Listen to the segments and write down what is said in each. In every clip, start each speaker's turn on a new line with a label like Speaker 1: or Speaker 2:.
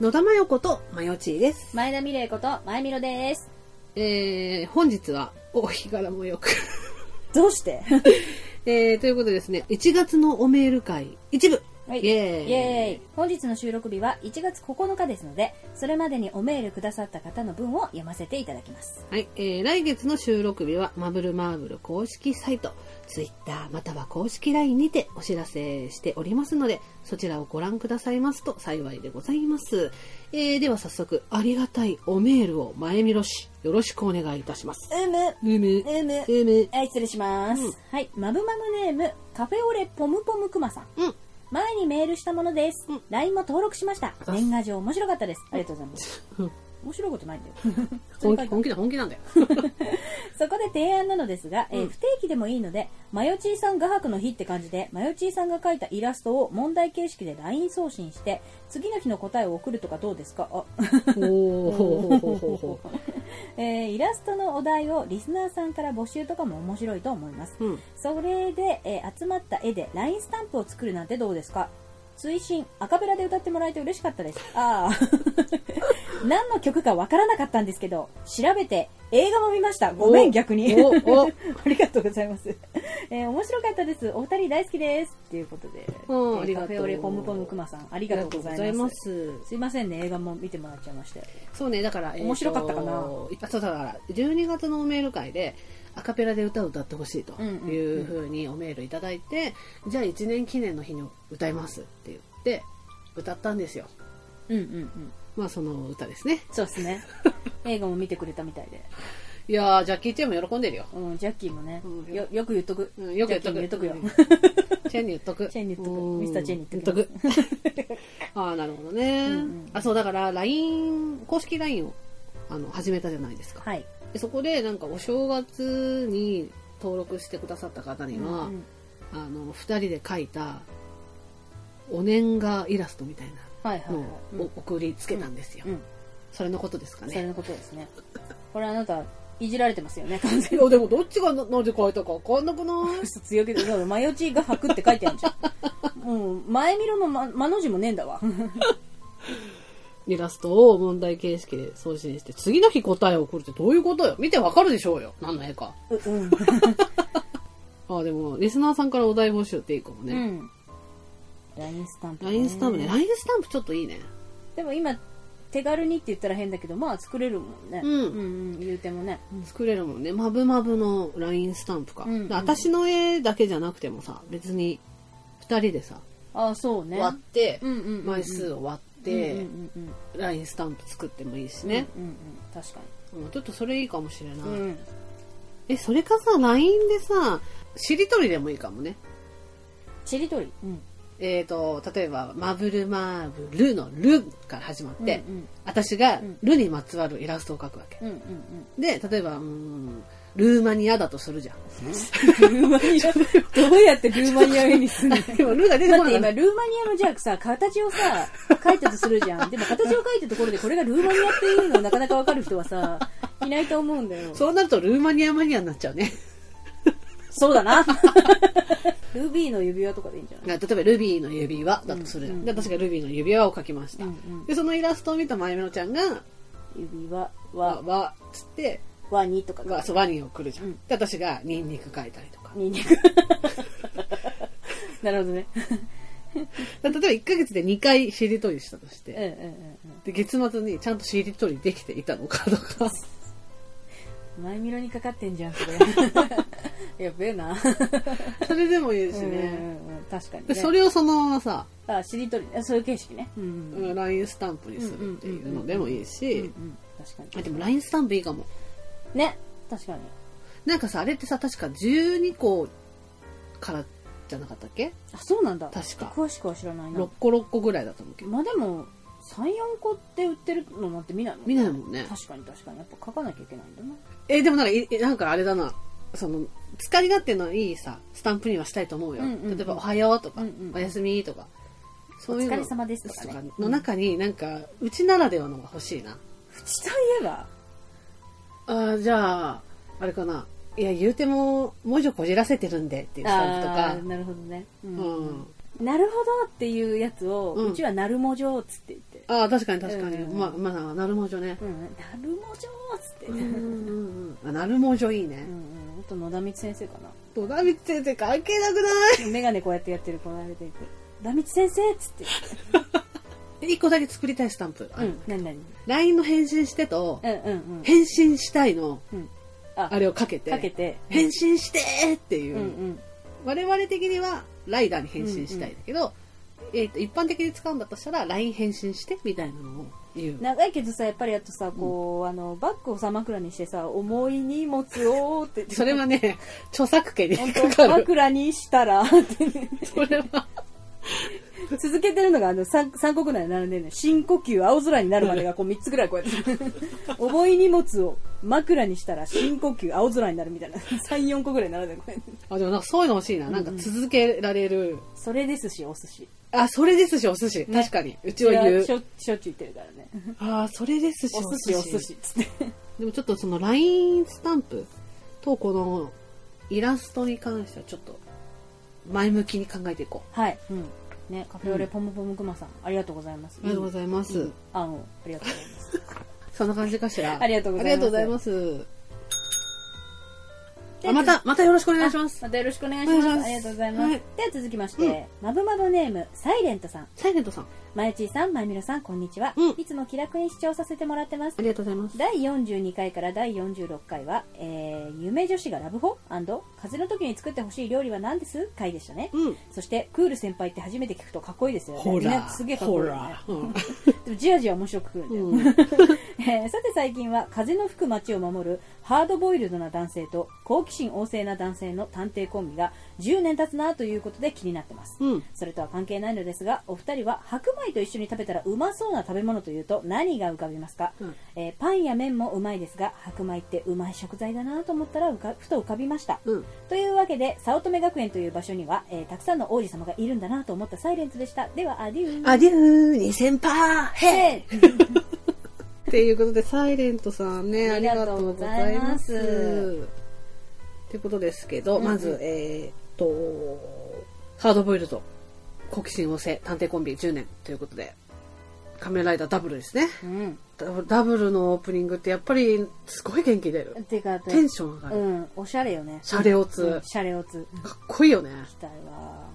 Speaker 1: 野田真代子とまよちーです。
Speaker 2: 前田美玲子と前みろです。
Speaker 1: えー、本日は、お日柄もよく。
Speaker 2: どうして
Speaker 1: えー、ということでですね、1月のおメール会、一部、
Speaker 2: は い
Speaker 1: イエーイ
Speaker 2: イエーイ本日の収録日は1月9日ですので、それまでにおメールくださった方の文を読ませていただきます。
Speaker 1: はい、えー、来月の収録日は、マブルマーブル公式サイト、ツイッターまたは公式 LINE にてお知らせしておりますので、そちらをご覧くださいますと幸いでございます。えー、では早速、ありがたいおメールを前見ろし、よろしくお願いいたします。
Speaker 2: うむ、
Speaker 1: うむ、う
Speaker 2: うむ。
Speaker 1: む、
Speaker 2: はい、失礼します。
Speaker 1: うん
Speaker 2: はい、マブマブネーム、カフェオレポムポムクマさん。
Speaker 1: うん
Speaker 2: 前にメールしたものです。
Speaker 1: うん
Speaker 2: LINE も登録しました。
Speaker 1: あ
Speaker 2: 年賀状面白かったです。ありがとうございます。
Speaker 1: うん
Speaker 2: 面白いことな いんだよ。
Speaker 1: 本気、本気だ、本気なんだよ。
Speaker 2: そこで提案なのですが、えー
Speaker 1: うん
Speaker 2: 不定期でもいいので、マヨチーさん画伯の日って感じで、マヨチーさんが描いたイラストを問題形式で LINE 送信して、次の日の答えを送るとかどうですかあ、
Speaker 1: おー、ほうほうほうほ
Speaker 2: えーイラストのお題をリスナーさんから募集とかも面白いと思います。
Speaker 1: う。うん。
Speaker 2: それで、えー集まった絵で LINE スタンプを作るなんてどうですか推進、アカペラで歌ってもらえて嬉しかったです。ああ。 何の曲かわからなかったんですけど、調べて映画も見ました。ごめ
Speaker 1: お
Speaker 2: ん、逆に。
Speaker 1: お、
Speaker 2: ありがとうございます。えー面白かったです。お二人大好きです。ということで、
Speaker 1: うん
Speaker 2: えー
Speaker 1: ありがとう
Speaker 2: カフェオレポムポムクマさん、あり
Speaker 1: あ
Speaker 2: がとうございます。す
Speaker 1: す。
Speaker 2: いませんね、映画も見てもらっちゃいまして。
Speaker 1: そうね、だから、えーと
Speaker 2: 面白かったかな
Speaker 1: あそうだから、12月のメール会で、アカペラで歌を歌ってほしいと
Speaker 2: うんうんうん
Speaker 1: いうふうにおメールいただいて、じゃあ1年記念の日に歌いますって言って、歌ったんですよ。
Speaker 2: うんうんうん。
Speaker 1: まあその歌ですね。
Speaker 2: そうです ね。映画も見てくれたみたいで。
Speaker 1: いやー、ジャッキー・チェンも喜んでるよ。
Speaker 2: うん、ジャッキーもね、
Speaker 1: うん
Speaker 2: よ、よく言っとく。
Speaker 1: うん、よく言っとく。
Speaker 2: ジャッキーに言っと
Speaker 1: とくよ。チェンに言っとく。
Speaker 2: チェンに言っとく
Speaker 1: うん
Speaker 2: ミスターチェンに言っとく
Speaker 1: 言っとく。 ああ、なるほどね。
Speaker 2: うんうん
Speaker 1: あ、そう、だから、LINE、公式 LINE を、あの、始めたじゃないですか。
Speaker 2: はい。
Speaker 1: でそこでなんかお正月に登録してくださった方には、
Speaker 2: うんうん
Speaker 1: あの2人で描いたお年賀イラストみたい
Speaker 2: はいは
Speaker 1: ないの
Speaker 2: はい
Speaker 1: を。お送りつけたんですよ、
Speaker 2: うん。
Speaker 1: それのことですか
Speaker 2: それ
Speaker 1: ね
Speaker 2: のことですね。これあなた、いじられてますよね、完
Speaker 1: い
Speaker 2: 全に。
Speaker 1: やでもどっちがななぜ描いたか分かんなくない
Speaker 2: 嘘強気で、そうだマヨチーが履くって書いてあるじゃん。もう、前見ろのま、まの字もねえんだわ。
Speaker 1: イラストを問題形式で送信して次の日答えを送るってどういうことよ見てわかるでしょうよ何の絵か
Speaker 2: ううん。
Speaker 1: ああでもリスナーさんからお題募集っていいかも
Speaker 2: う
Speaker 1: ね、
Speaker 2: ん。ラインスタンプ、
Speaker 1: ライ LINE スタンプね LINE スタンプちょっといいね
Speaker 2: でも今、手軽にって言ったら変だけど、まあ作れるもんね。
Speaker 1: うん
Speaker 2: うん、うん、言うてもね。
Speaker 1: 作れるもんねまぶまぶの LINE スタンプか、
Speaker 2: うんうん
Speaker 1: で私の絵だけじゃなくてもさ別に2人でさ、
Speaker 2: ああ、そうね。
Speaker 1: 割って、
Speaker 2: うんうんうんうん
Speaker 1: 枚数を割っ
Speaker 2: うんう
Speaker 1: て、
Speaker 2: んうんうん
Speaker 1: LINE スタンプ作ってもいいしね、
Speaker 2: うんうんうん。確か
Speaker 1: うんちょっとそれいいかもしれない、
Speaker 2: に。うん。
Speaker 1: えそれかさ LINE でさしりとりでもいいかもね
Speaker 2: しりとり。うん。
Speaker 1: えー、と例えば「マブルマーブル」の「ル」から始まって、
Speaker 2: うん
Speaker 1: 私が
Speaker 2: うん
Speaker 1: 「ル」にまつわるイラストを描くわけ
Speaker 2: うんうんうん
Speaker 1: で例えばうーんルーマニアだとするじゃん。
Speaker 2: うん。ルーマニア、どうやってルーマニアにすんのだって
Speaker 1: でもルーが出てこ
Speaker 2: 今、
Speaker 1: な
Speaker 2: ル
Speaker 1: か
Speaker 2: ー
Speaker 1: っ
Speaker 2: マ
Speaker 1: た
Speaker 2: ニアのじゃあさ、形をさ、書いたとするじゃん。でも形を書いたところで、これがルーマニアっていうのをなかなかわかる人はさ、いないと思うんだよ。
Speaker 1: そうなるとルーマニアマニアになっちゃうね
Speaker 2: そう だな。ルビーの指輪とかでいいんじゃない
Speaker 1: が例えばルビーの指輪だとする、
Speaker 2: うんうん
Speaker 1: で私がルビーの指輪を描きました、
Speaker 2: うんうん
Speaker 1: でそのイラストを見たまゆみのちゃんが
Speaker 2: 指
Speaker 1: 「
Speaker 2: 輪
Speaker 1: わ」
Speaker 2: は
Speaker 1: わっつって
Speaker 2: ワニとか
Speaker 1: 「わ」そうワニを送るじゃん、
Speaker 2: うん
Speaker 1: で私がニンニク描いたりとか
Speaker 2: ニンニク なるほどね
Speaker 1: だ例えば1ヶ月で2回しりとりしたとし
Speaker 2: うんうん
Speaker 1: て、
Speaker 2: うん
Speaker 1: で月末にちゃんとしりとりできていたのかと か
Speaker 2: うん前見ろにかかってんじゃんそ れやべえな
Speaker 1: それでもいいし
Speaker 2: うんう
Speaker 1: ね、
Speaker 2: んうん確かに
Speaker 1: で
Speaker 2: ね
Speaker 1: それをそのままさ、
Speaker 2: あしりとりあそういう形式ねうんうんうん
Speaker 1: うん LINE スタンプにするっていうのでもいいし、
Speaker 2: うん確か
Speaker 1: あ
Speaker 2: に
Speaker 1: でも LINE スタンプいいかも
Speaker 2: ね確かに
Speaker 1: なんかさあれってさ確か12個からじゃなかったっけ
Speaker 2: あそうなんだ
Speaker 1: 確か
Speaker 2: 詳しくは知らないな
Speaker 1: 6個6個ぐらいだと思うけど
Speaker 2: まあでも34個って売ってるのなんて見ないもん
Speaker 1: 見ないもんね
Speaker 2: 確かに確かにやっぱ書かなきゃいけないんだな
Speaker 1: えーでもなんかいなんかあれだなその使い勝手のいいさスタンプにはしたいと思うよ、
Speaker 2: うんうんうん
Speaker 1: 例えば「おはよう」とか、
Speaker 2: うんうん
Speaker 1: おやすみ」とかそういうの
Speaker 2: お疲れ様ですとかね
Speaker 1: の中になんかうちならではのが欲しいな
Speaker 2: 口といえば
Speaker 1: あーじゃああれかないや言うても文字をこじらせてるんでっていうスタンプと
Speaker 2: あ
Speaker 1: か
Speaker 2: ーなるほどね、う
Speaker 1: うん
Speaker 2: なるほどっていうやつを、
Speaker 1: う
Speaker 2: うんちはなるもじょうっつって言ってって。
Speaker 1: ああ、確かに確かに。
Speaker 2: うん
Speaker 1: まあ、まあ、なるもじょね。
Speaker 2: うん、なるもじょーっつって。
Speaker 1: う
Speaker 2: うんん
Speaker 1: う
Speaker 2: うんん、
Speaker 1: うんうん。あ、なるもじょいいね。
Speaker 2: あと野田光先生かな。
Speaker 1: と、ダビッ先生関係なくな
Speaker 2: メガネこうやってやってる子が出てくる。野田光先生っつって。
Speaker 1: い一個だけ作りたいスタンプ。
Speaker 2: うん、なになに
Speaker 1: LINE の返信してと、
Speaker 2: うんうんうん。
Speaker 1: 返信したいの、
Speaker 2: うん。あ、
Speaker 1: あれをかけて。
Speaker 2: かけて。
Speaker 1: 返信してーっていうう、
Speaker 2: んうん。
Speaker 1: 我々的にはライダーに返信したいんだけど、えっと一般的に使うんだとしたら LINE 返信してみたいなのを言う
Speaker 2: 長いけどさ、やっぱりあとさ、こう、あの、バッグをさ枕にしてさ、重い荷物をって。
Speaker 1: それは ね著作権に
Speaker 2: 本
Speaker 1: 引
Speaker 2: 当
Speaker 1: っかかる
Speaker 2: 枕にしたら、って
Speaker 1: それは
Speaker 2: 続けてるのが、あの、三三国内に並んでるのよ深呼吸、青空になるまでが、こう、三つぐらいこうや って。重い荷物を枕にしたら、深呼吸、青空になるみたいな。三、四個ぐらい並んでる、これ。
Speaker 1: あでもなんかそういうの欲しいななんか続けられる、
Speaker 2: それですし、お寿司。
Speaker 1: あそれですしお寿司、
Speaker 2: ね
Speaker 1: 確かにうちは言う
Speaker 2: しょしょっちゅう言ってるからね。
Speaker 1: あーそれですし
Speaker 2: お寿司、お寿司、つって。
Speaker 1: でもちょっとその LINE スタンプとこのイラストに関してはちょっと前向きに考えていこ
Speaker 2: はい。うん。ね、カフェオレポムポムクマさん、ありがとうございます。
Speaker 1: うありがとうございます、
Speaker 2: うんあの、ありがとうございます。
Speaker 1: そんな感じかしら
Speaker 2: ありがとうございます
Speaker 1: ありがとうございます あまた、またよろしくお
Speaker 2: お
Speaker 1: 願いします。
Speaker 2: またよろしくお願いします。
Speaker 1: お願いします
Speaker 2: ありがとうございます。
Speaker 1: はい
Speaker 2: では続きまし
Speaker 1: う
Speaker 2: て、まぶまぶネーム、サイレントさん。
Speaker 1: サイレントさん、あ
Speaker 2: まゆちーさん、まゆみろさん、こんにちは。
Speaker 1: うん
Speaker 2: いつも気楽に視聴させてもらってます。
Speaker 1: りがとうございます。
Speaker 2: 第42回から第46回は、えー、有名女子がラブホ風の時に作ってほしい料理は何です回でしたね。
Speaker 1: うん。
Speaker 2: そして、クール先輩って初めて聞くとかっこいいですよね。
Speaker 1: ほ
Speaker 2: ね
Speaker 1: ら、
Speaker 2: すげえかっこ
Speaker 1: ほ
Speaker 2: いいよね
Speaker 1: ら。。うん
Speaker 2: でもじわじわ面白くくるんだよ。
Speaker 1: うん
Speaker 2: えーさて最近は風の吹く街を守るハードボイルドな男性と好奇心旺盛な男性の探偵コンビが10年経つなということで気になってます、
Speaker 1: うん。
Speaker 2: それとは関係ないのですがお二人は白米と一緒に食べたらうまそうな食べ物というと何が浮かびますか、
Speaker 1: うん
Speaker 2: えーパンや麺もうまいですが白米ってうまい食材だなと思ったら浮かふと浮かびました、
Speaker 1: うん。
Speaker 2: というわけで早乙女学園という場所には、えーたくさんの王子様がいるんだなと思ったサイレントでしたではアデュー
Speaker 1: アデュー、2000パー、へ
Speaker 2: えー
Speaker 1: っていうことで、サイレントさんね、あ
Speaker 2: あ
Speaker 1: り
Speaker 2: り
Speaker 1: が
Speaker 2: が
Speaker 1: と
Speaker 2: と
Speaker 1: う
Speaker 2: う
Speaker 1: ご
Speaker 2: ご
Speaker 1: ざ
Speaker 2: ざ
Speaker 1: い
Speaker 2: い
Speaker 1: ま
Speaker 2: ます
Speaker 1: す。ってことですけど、
Speaker 2: うんうん
Speaker 1: まず、えーっと、ハードボイルド、好奇心旺盛、探偵コンビ10年ということで、仮面ライダーダブルですね。
Speaker 2: うん
Speaker 1: ダブルダブルのオープニングってやっぱりすごい元気出る。
Speaker 2: てか、
Speaker 1: テンション上がる。
Speaker 2: うん、おしゃれよね。
Speaker 1: シャレオツ
Speaker 2: うんシャレオツ。うん
Speaker 1: かっこいいよね。
Speaker 2: 来たわ。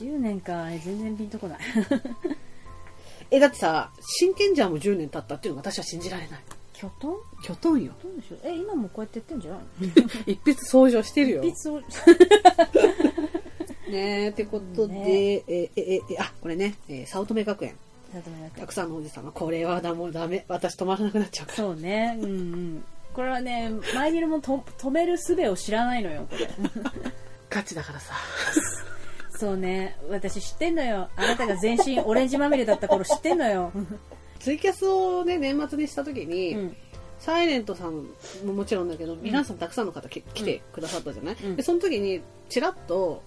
Speaker 2: うん。10年か、全然ピンとこない。
Speaker 1: え、だってさ、真剣じゃんも10年経ったっていうのが私は信じられない。
Speaker 2: キョトン
Speaker 1: キョト ンよ。
Speaker 2: どうでしょうえ、今もこうやってやってんじゃない
Speaker 1: 一筆相乗してるよ。
Speaker 2: のピツを、
Speaker 1: ねえ、ってことで、
Speaker 2: ね
Speaker 1: え、え、え、えあ、これね、えー、早乙女学園。
Speaker 2: だと思います
Speaker 1: たくさんのおじさま、これはだもうダメ。私止まらなくなっちゃうから。
Speaker 2: そうね。うんうん。これはね、前にいるもと止める術を知らないのよ、これ。
Speaker 1: ガチだからさ。
Speaker 2: そうね。私知ってんのよ。あなたが全身オレンジまみれだった頃知ってんのよ。
Speaker 1: ツイキャスをね、年末にした時
Speaker 2: う
Speaker 1: に、
Speaker 2: ん。
Speaker 1: サイレントさんももちろんだけど、皆さんたくさんの方き来てくださったじゃない、
Speaker 2: うん
Speaker 1: で、その時に、ちらっと、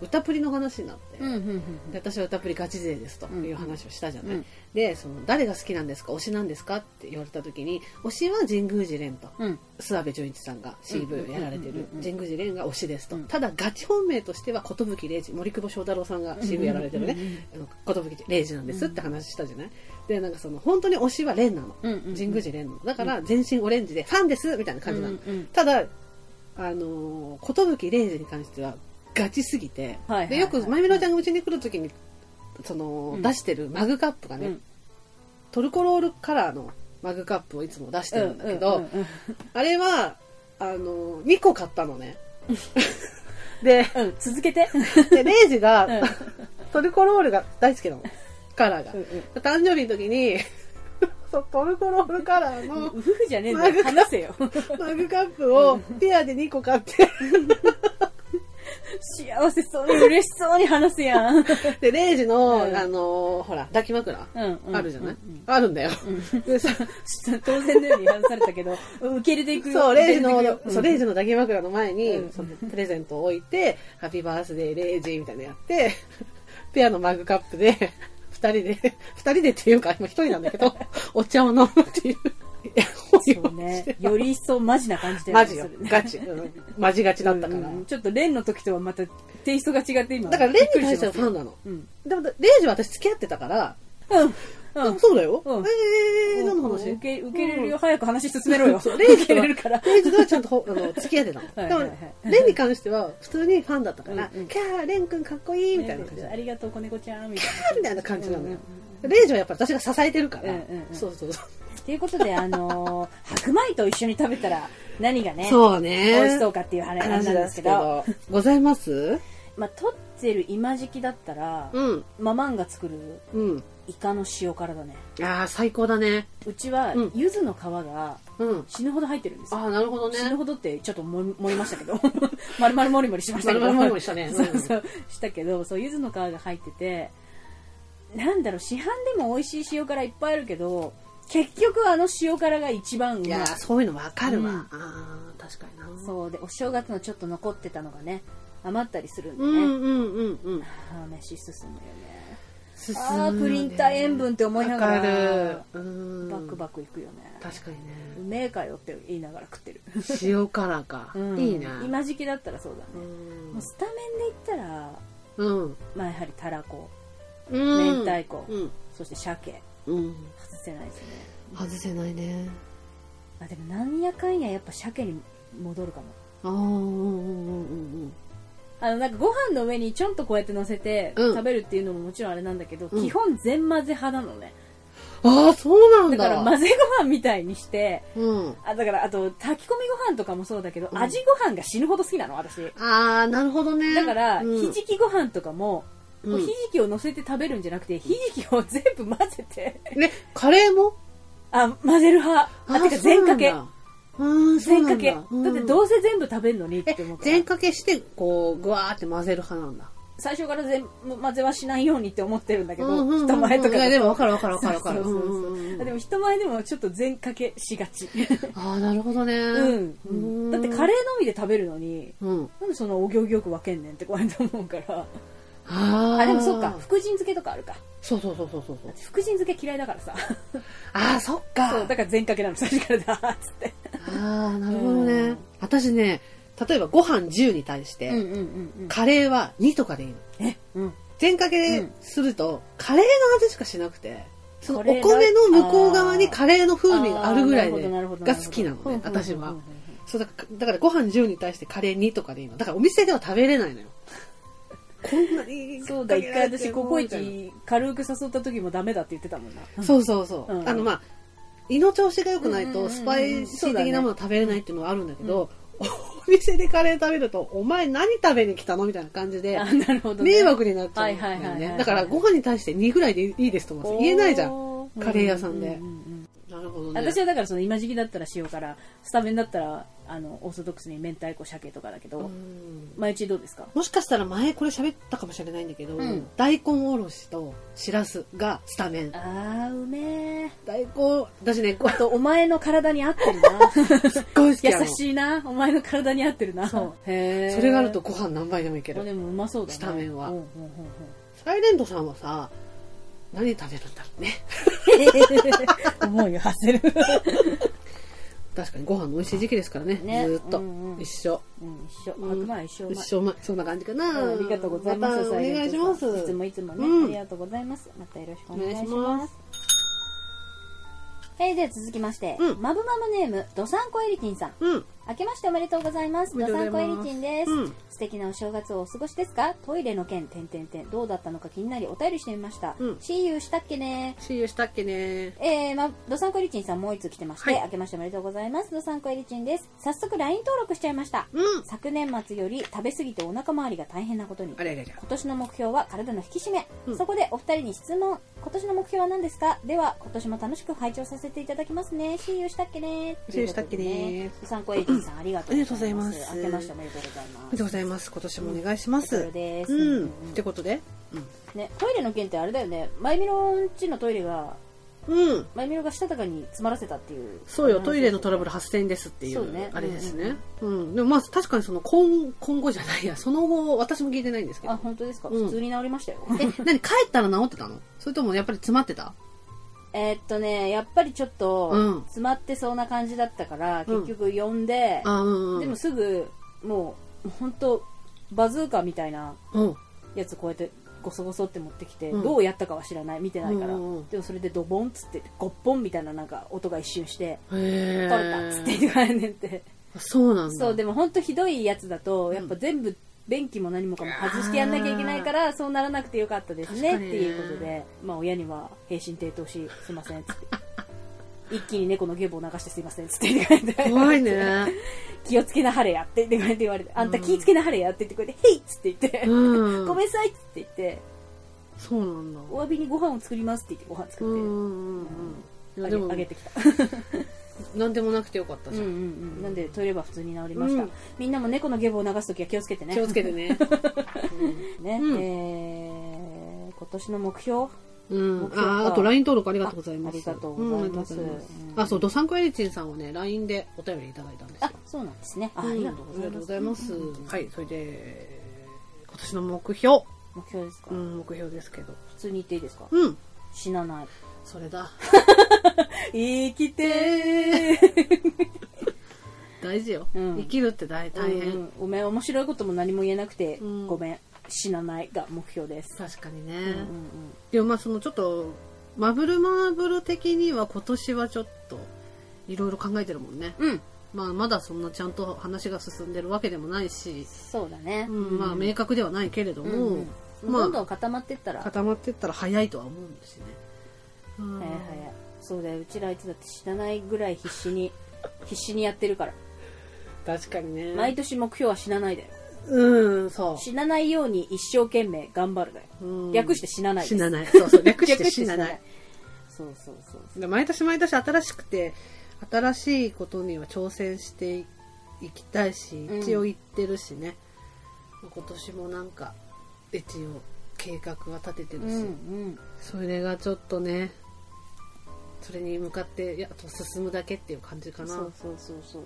Speaker 1: 歌プリの話になって、
Speaker 2: うん、うん、うん
Speaker 1: で私は歌プリガチ勢ですと
Speaker 2: うん
Speaker 1: いう話をしたじゃない、
Speaker 2: うん
Speaker 1: でその誰が好きなんですか推しなんですかって言われた時に推しは神宮寺蓮と
Speaker 2: うん。うん。
Speaker 1: 諏訪部純一さんが CV をやられてる
Speaker 2: うんうんうんうん
Speaker 1: 神宮寺蓮が推しですと、
Speaker 2: うん
Speaker 1: ただガチ本命としては寿礼二森久保祥太郎さんが CV やられてるね
Speaker 2: うんうん
Speaker 1: あの寿礼二なんですって話したじゃないでなんかその本当に推しは蓮なの、
Speaker 2: うんうんうん
Speaker 1: 神宮寺蓮なのだから全身オレンジでファンですみたいな感じなの、
Speaker 2: うんうん
Speaker 1: ただあのー寿礼二に関してはガチすぎて、
Speaker 2: はいはいはい
Speaker 1: でよくまゆみろちゃんがうちに来る時にその、
Speaker 2: うん
Speaker 1: 出してるマグカップが
Speaker 2: う
Speaker 1: ね、
Speaker 2: ん。
Speaker 1: トルコロールカラーのマグカップをいつも出してるんだけど、
Speaker 2: うんうんうん
Speaker 1: あれは、あの、2個買ったの ね。で、
Speaker 2: うん、続けて。
Speaker 1: でレイジが、
Speaker 2: うん
Speaker 1: トルコロールが大好きなの。カラーが。
Speaker 2: うんうん
Speaker 1: 誕生日の時に、 そうトルコロールカラーの
Speaker 2: 夫婦じゃねえんだよ。話せよ。
Speaker 1: マグカップをペアで2個買って、
Speaker 2: 幸せそうに、嬉しそうに話すやん。うん、
Speaker 1: で、レイジの、
Speaker 2: うん
Speaker 1: あの、ほら、抱き枕、
Speaker 2: うん。
Speaker 1: あるじゃない、
Speaker 2: うんうん
Speaker 1: あるんだよ。でさ
Speaker 2: ちょっと当然のように話されたけど、受け入れていくよ。
Speaker 1: そう、レイジ
Speaker 2: 受
Speaker 1: の
Speaker 2: け入れていく、よ
Speaker 1: そう、レイジの抱き枕の前に、
Speaker 2: うん
Speaker 1: そのプレゼントを置いて、ハッピーバースデーレイジみたいなのやって、ペアのマグカップで、二人で、二人でっていうか、今一人なんだけど、お茶を飲むっていう、いや
Speaker 2: そうね。より一層マジな感じで。
Speaker 1: マジよ
Speaker 2: それ、ね
Speaker 1: ガチ、うんマジガチだったから。
Speaker 2: うんちょっとレンの時とはまたテイストが違って今。
Speaker 1: だから、レイに対しては
Speaker 2: び
Speaker 1: ファ
Speaker 2: っ
Speaker 1: ン
Speaker 2: くりま
Speaker 1: なの。
Speaker 2: すうん。
Speaker 1: でも、レイジは私付き合ってたから、
Speaker 2: うん。う
Speaker 1: あ
Speaker 2: ん
Speaker 1: そうだよ。
Speaker 2: うん
Speaker 1: えー、何の話
Speaker 2: 受け受け入れるよ、早く話進めろ よ。
Speaker 1: そうレイ
Speaker 2: 受
Speaker 1: ジ
Speaker 2: け入
Speaker 1: は
Speaker 2: れるから。
Speaker 1: レイジとはちゃんとほあの付き合ってたの。
Speaker 2: はいはいはい
Speaker 1: でも、レンに関しては普通にファンだったから、
Speaker 2: うんうん
Speaker 1: キャー、レン君かっこいいみたいな感じだ
Speaker 2: ありがとう、子猫ちゃん、みたいな。
Speaker 1: キャーみたいな感じなのよ
Speaker 2: うんうんうん。
Speaker 1: レイジはやっぱ私が支えてるから
Speaker 2: うんうんう、ん
Speaker 1: そうそうそう。
Speaker 2: ということで、あのー白米と一緒に食べたら何がね、
Speaker 1: そうね。
Speaker 2: 美味しそうかっていう話なんですけど、
Speaker 1: 話ですけどございます
Speaker 2: まあ、取ってる今時期だったら、
Speaker 1: うん。
Speaker 2: ママンが作る
Speaker 1: うん。
Speaker 2: イカの塩辛だね。
Speaker 1: ああ、最高だね。
Speaker 2: うちは
Speaker 1: うん、
Speaker 2: 柚子の皮が
Speaker 1: うん。
Speaker 2: 死ぬほど入ってるんです
Speaker 1: あ
Speaker 2: よ。
Speaker 1: あ、なるほどね。
Speaker 2: 死ぬほどってちょっと盛り盛りました けど、丸々盛り盛りしましたけど、
Speaker 1: 丸々盛り盛りしたね
Speaker 2: そううんそう、したけど、そう、柚子の皮が入ってて、なんだろう、市販でも美味しい塩辛いっぱいあるけど、結局あの塩辛が一番うま
Speaker 1: い
Speaker 2: い
Speaker 1: やー、そういうのわかるわ。
Speaker 2: うん
Speaker 1: ああ、確かにな。
Speaker 2: そうでお正月のちょっと残ってたのがね余ったりするんで
Speaker 1: う
Speaker 2: ね、
Speaker 1: んうんうんうん。
Speaker 2: ああ飯進むよね
Speaker 1: 進む
Speaker 2: ああプリン体塩分って思いなが
Speaker 1: わかる
Speaker 2: ら。
Speaker 1: うん。
Speaker 2: バクバクいくよね
Speaker 1: 確かにね。
Speaker 2: うめえかよって言いながら食ってる、
Speaker 1: 塩辛か。
Speaker 2: う ん
Speaker 1: いいね。
Speaker 2: 今時期だったらそうだ
Speaker 1: う
Speaker 2: ね、
Speaker 1: ん
Speaker 2: もうスタメンで言ったら
Speaker 1: うん。
Speaker 2: まあやはりたらこ
Speaker 1: うん
Speaker 2: 明太子
Speaker 1: うん。
Speaker 2: そして鮭
Speaker 1: うん。
Speaker 2: 外せないですね
Speaker 1: 外せないね。
Speaker 2: あでもなんやかんややっぱ鮭に戻るかも
Speaker 1: ああ、うんうんうん
Speaker 2: あのなんかご飯の上にちょんとこうやって乗せて
Speaker 1: うん
Speaker 2: 食べるっていうのももちろんあれなんだけど、
Speaker 1: うん
Speaker 2: 基本全混ぜ派なのね
Speaker 1: うん。ああ、そうなん
Speaker 2: だ
Speaker 1: だ。
Speaker 2: から混ぜご飯みたいにして
Speaker 1: うん。
Speaker 2: あだからあと炊き込みご飯とかもそうだけど、
Speaker 1: うん
Speaker 2: 味ご飯が死ぬほど好きなの私
Speaker 1: ああ、なるほどね。
Speaker 2: だから、
Speaker 1: うん
Speaker 2: ひじきご飯とかも、
Speaker 1: う
Speaker 2: こうんひじきを乗せて食べるんじゃなくてひじきを全部混ぜて
Speaker 1: ね、カレーも
Speaker 2: あ混ぜる派あてか全かけ。
Speaker 1: うん、そう
Speaker 2: 全
Speaker 1: な
Speaker 2: か
Speaker 1: ん
Speaker 2: け
Speaker 1: だ
Speaker 2: だ
Speaker 1: うん
Speaker 2: ってどうせ全部食べるのにって思
Speaker 1: え
Speaker 2: う、から
Speaker 1: 全かけして、こう、ぐわーって混ぜる派なんだ。
Speaker 2: 最初から全部混ぜはしないようにって思ってるんだけど、
Speaker 1: うんうんうんうん
Speaker 2: 人前とか
Speaker 1: いや
Speaker 2: だ
Speaker 1: で
Speaker 2: と
Speaker 1: も分かる分かる分かる分かる。
Speaker 2: そうそうそうそう
Speaker 1: うんうんうん
Speaker 2: あでも人前でもちょっと全かけし がち
Speaker 1: ああ、なるほどね。
Speaker 2: うん、
Speaker 1: う
Speaker 2: うんん、だってカレーのみで食べるのに
Speaker 1: うん。
Speaker 2: なんでそんなお行儀よく分けんねんってこうやって思うから
Speaker 1: あー
Speaker 2: あでもそうか福神漬けとかあるか
Speaker 1: そうそうそうそうそうそう。
Speaker 2: 福神漬け嫌いだからさ
Speaker 1: ああ、そっか。
Speaker 2: そうだから全かけなの最初からだーっつって
Speaker 1: ああ、なるほど
Speaker 2: う
Speaker 1: ね
Speaker 2: ん。
Speaker 1: 私ね、例えばご飯10に対し
Speaker 2: うん
Speaker 1: て、
Speaker 2: うんうん
Speaker 1: カレーは2とかでいいの。
Speaker 2: うんうん
Speaker 1: 全かけすると、カレーの味しかしなくて、そのお
Speaker 2: カレーの
Speaker 1: 米の向こう側にカレーの風味があるぐらい
Speaker 2: あーな
Speaker 1: で
Speaker 2: ほどなるほど
Speaker 1: が好きなのね、
Speaker 2: なるほど
Speaker 1: 私
Speaker 2: う
Speaker 1: は
Speaker 2: んうん。うんうん
Speaker 1: そうだから、だからご飯10に対してカレー2とかでいいの。だからお店では食べれない のよ。こんなに。
Speaker 2: そうだ一回私ココイ
Speaker 1: みたいな
Speaker 2: チ軽く誘った時もダメだって言ってたもんな
Speaker 1: そうそうそう。
Speaker 2: うん
Speaker 1: あの、まあ、胃の調子が良くない
Speaker 2: うんうんうんう
Speaker 1: と、
Speaker 2: ん
Speaker 1: スパイシー的なもの食べれないっていうのはあるんだけど、お店でカレー食べると、お前何食べに来たのみたいな感じで
Speaker 2: あ、なるほどね
Speaker 1: 迷惑になっちゃうんだ
Speaker 2: はいはい
Speaker 1: よ
Speaker 2: はいはいは
Speaker 1: ね。
Speaker 2: い
Speaker 1: だから、ご飯に対して2ぐらいでいいですと思うんですよ言えないじゃん。
Speaker 2: お
Speaker 1: カレー屋さんで
Speaker 2: うううん
Speaker 1: なるほど
Speaker 2: うん
Speaker 1: ね。
Speaker 2: 私はだからその今時期だったら塩からスタメンだったらあのオーソドックスに明太子鮭とかだけ
Speaker 1: う
Speaker 2: ど
Speaker 1: ん
Speaker 2: 毎日どうですか
Speaker 1: もしかしたら前これ喋ったかもしれないんだけど、
Speaker 2: うん
Speaker 1: 大根おろしとしらすがスタメン
Speaker 2: あ。ーうめえ
Speaker 1: 大根、私ね、こ
Speaker 2: あとお前の体に合ってるな
Speaker 1: すっごい好きなの。
Speaker 2: 優しいなお前の体に合ってるな
Speaker 1: そう
Speaker 2: へえ
Speaker 1: それがあるとご飯何杯でもいけ
Speaker 2: これ
Speaker 1: る。
Speaker 2: でもうまそうだね
Speaker 1: スタメンは
Speaker 2: うんうんうんうん
Speaker 1: サイレントさんはさ、何食べるんだろうね。
Speaker 2: 思うよ焦る
Speaker 1: 確かにご飯の美味しい時期ですからね。
Speaker 2: ね
Speaker 1: ずーっと、
Speaker 2: うんうん
Speaker 1: 一緒。
Speaker 2: うん一緒
Speaker 1: うん
Speaker 2: 白米一緒う
Speaker 1: 一
Speaker 2: まい
Speaker 1: 生前。そんな感じかな、
Speaker 2: うんありがとうございます。
Speaker 1: たお願いします。
Speaker 2: いつもいつもね、
Speaker 1: うん
Speaker 2: ありがとうございます。またよろしくお願いし
Speaker 1: お願いし
Speaker 2: ま。
Speaker 1: ます
Speaker 2: えー、では続きまして、
Speaker 1: うん
Speaker 2: マブマブネーム、ドサンコエリティンさん。
Speaker 1: うん。
Speaker 2: 明けましておめでとうございます。
Speaker 1: おめで
Speaker 2: ド
Speaker 1: とう
Speaker 2: サン
Speaker 1: ご
Speaker 2: コ
Speaker 1: ざ
Speaker 2: エ
Speaker 1: い
Speaker 2: リ
Speaker 1: ます
Speaker 2: ティンです、
Speaker 1: うん
Speaker 2: 素敵なお正月をお過ごしですかトイレの件、てんてんてん、どうだったのか気になりお便りしてみました。
Speaker 1: うん
Speaker 2: See you したっけね
Speaker 1: See you したっけね。
Speaker 2: えー、ま、ドサンコエリチンさんもう一つ来てまして、
Speaker 1: はい
Speaker 2: 明けましておめでとうございます。ドサンコエリチンです。早速 LINE 登録しちゃいました。
Speaker 1: うん。
Speaker 2: 昨年末より食べ過ぎてお腹周りが大変なことに。
Speaker 1: あれあれあれ。
Speaker 2: 今年の目標は体の引き締め、
Speaker 1: うん
Speaker 2: そこでお二人に質問今年の目標は何ですかでは今年も楽しく拝聴させていただきますね親友したっけね
Speaker 1: See you したっけね
Speaker 2: うさんこエイジンさんありがとうございます
Speaker 1: あ
Speaker 2: 明
Speaker 1: り
Speaker 2: け
Speaker 1: がとうございます
Speaker 2: ましておめでとうござ
Speaker 1: ありがとうござ
Speaker 2: います
Speaker 1: います。今年もお願いしま
Speaker 2: ところ
Speaker 1: す。
Speaker 2: です、
Speaker 1: うん。
Speaker 2: うん
Speaker 1: ってことで。
Speaker 2: ね、トイレの件ってあれだよねマイミロんちのトイレが
Speaker 1: うん。
Speaker 2: マイミロがしたたかに詰まらせたっていう
Speaker 1: そうよ、トイレのトラブル発生ですってい
Speaker 2: そうね
Speaker 1: う、あれですね。うん。でもまあ確かにその今、今後じゃないや、その後、私も聞いてないんですけ
Speaker 2: あ
Speaker 1: ど。
Speaker 2: 本当ですか、
Speaker 1: うん
Speaker 2: 普通に治りましたよ
Speaker 1: え、何帰ったら治ってたのそれともやっぱり詰まってた
Speaker 2: えーっとねやっぱりちょっ
Speaker 1: うん
Speaker 2: と詰まってそうな感じだったから、
Speaker 1: うん
Speaker 2: 結局呼んで、
Speaker 1: あ、うんうん。
Speaker 2: でも、すぐもう本当バズーカみたいな
Speaker 1: うん。
Speaker 2: やつこうやってごそごそって持ってきて、
Speaker 1: うん
Speaker 2: どうやったかは知らない見てないから、
Speaker 1: うんうんうん
Speaker 2: でもそれでドボンっつってゴッポンみたいななんか音が一瞬して「
Speaker 1: へ
Speaker 2: 取れた」っつって
Speaker 1: え。
Speaker 2: 言われねんって、
Speaker 1: そうなんだ。
Speaker 2: そうでもほんとひどいやつだとやっぱ全部便器も何もかも外してやんなきゃいけないからそうならなくてよかったですね
Speaker 1: 確
Speaker 2: って
Speaker 1: かにね
Speaker 2: いうことで、まあ、親には「平身抵当しすいません」っ つって。一気に猫のゲボを流してすいませんっつって言われて
Speaker 1: 怖い ね。
Speaker 2: 気をつけなはれやってって言われて、あんた気をつけなはれやってってこうやって、へいっつって言って、
Speaker 1: うん。
Speaker 2: ごめんなさいっつって言って、
Speaker 1: そうなんだ。
Speaker 2: お詫びにご飯を作りますって言ってご飯
Speaker 1: うん
Speaker 2: 作
Speaker 1: うん
Speaker 2: っ
Speaker 1: うん。い
Speaker 2: て、
Speaker 1: や
Speaker 2: あ
Speaker 1: で
Speaker 2: げ
Speaker 1: も
Speaker 2: あ、げてきた。
Speaker 1: なんでもなくてよかった
Speaker 2: うん
Speaker 1: じ
Speaker 2: う
Speaker 1: ゃ
Speaker 2: ん
Speaker 1: ん。
Speaker 2: うん。なんでトイレは普通に治りまし
Speaker 1: う
Speaker 2: た
Speaker 1: ん。
Speaker 2: みんなも猫のゲボを流すときは気をつけてね。
Speaker 1: 気をつけてね。
Speaker 2: ね。
Speaker 1: うん
Speaker 2: えー今年の目標
Speaker 1: うん。
Speaker 2: 目標か
Speaker 1: あー、あと LINE 登録ありがとうございます。
Speaker 2: あありがとうございます
Speaker 1: うんありがとうござい
Speaker 2: うん
Speaker 1: あ、そう、ドサンコエリチンさんをね、LINE でお便りいただいたんですよ
Speaker 2: あ。、そうなんですね。あ
Speaker 1: ん
Speaker 2: ありがとうご
Speaker 1: あ
Speaker 2: ざいます。
Speaker 1: りがとうございますはい、それで、今年の目標。
Speaker 2: 目標ですか
Speaker 1: う
Speaker 2: 普
Speaker 1: ん、目標ですけど。
Speaker 2: 通に言っていいですか
Speaker 1: うん。
Speaker 2: 死なない。
Speaker 1: それだ。
Speaker 2: 生きてー
Speaker 1: 大事よ。
Speaker 2: うん
Speaker 1: 生きるって大大変。
Speaker 2: うんごめん面白いことも何も言えなくて、
Speaker 1: うん
Speaker 2: ごめん死なないが目標です、
Speaker 1: 確かにね。
Speaker 2: うんうんうん
Speaker 1: でもまあそのちょっと、マブルマーブル的には今年はちょっと、いろいろ考えてるもんね。
Speaker 2: うん、
Speaker 1: まあまだそんなちゃんと話が進んでるわけでもないし、
Speaker 2: そうだね、
Speaker 1: うん、まあ明確ではないけれど
Speaker 2: う
Speaker 1: も、
Speaker 2: んうん
Speaker 1: まあ
Speaker 2: どんどん固まってったら、
Speaker 1: 固まってったら早いとは思うんですね。うん
Speaker 2: 早い早いそうだようちらあいつだって死なないぐらい必死に 必死にやってるから
Speaker 1: 確かにね。
Speaker 2: 毎年目標は死なないだよ
Speaker 1: うん、そ
Speaker 2: 死なないように一生懸命頑張るだよ、
Speaker 1: う。うん
Speaker 2: 略して死なないです
Speaker 1: 死なない。そうそう、略し
Speaker 2: 略
Speaker 1: て死なない。
Speaker 2: そうそうそうそう
Speaker 1: で毎年毎年新しくて、新しいことには挑戦していきたいし、
Speaker 2: うん
Speaker 1: 一応行ってるしね。今年もなんか、一応計画は立ててる
Speaker 2: う
Speaker 1: し、
Speaker 2: んうん
Speaker 1: それがちょっとね、それに向かって、いや、と進むだけっていう感じかな。
Speaker 2: そうそうそうそう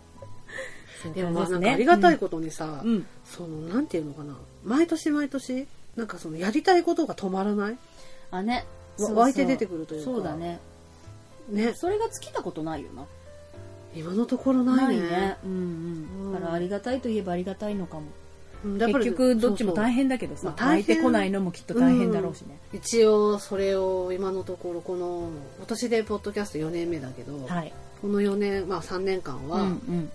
Speaker 2: そう
Speaker 1: で
Speaker 2: いう
Speaker 1: もま
Speaker 2: 感
Speaker 1: あ
Speaker 2: じ
Speaker 1: な
Speaker 2: です
Speaker 1: ん
Speaker 2: ね
Speaker 1: かありがたいことにさ、
Speaker 2: うんうん
Speaker 1: その、なんていうのかな。毎年毎年、なんかその、やりたいことが止まらない
Speaker 2: あね
Speaker 1: わ
Speaker 2: そうそう
Speaker 1: 湧いて出てくるというか
Speaker 2: そうだね
Speaker 1: ね。
Speaker 2: それが尽きたことないよな
Speaker 1: 今のところないね。
Speaker 2: うんう
Speaker 1: うんん
Speaker 2: だからありがたいといえばありがたいのかも
Speaker 1: うんだから
Speaker 2: 結局どっちも大変だけど
Speaker 1: ま
Speaker 2: さ
Speaker 1: あ
Speaker 2: 泣
Speaker 1: 大
Speaker 2: い
Speaker 1: 変
Speaker 2: てこないのもきっと大変だろうしね
Speaker 1: そうそう一応それを今のところこの今年でポッドキャスト4年目だけど、
Speaker 2: はい
Speaker 1: この4年まあ3年間
Speaker 2: うんう
Speaker 1: は
Speaker 2: ん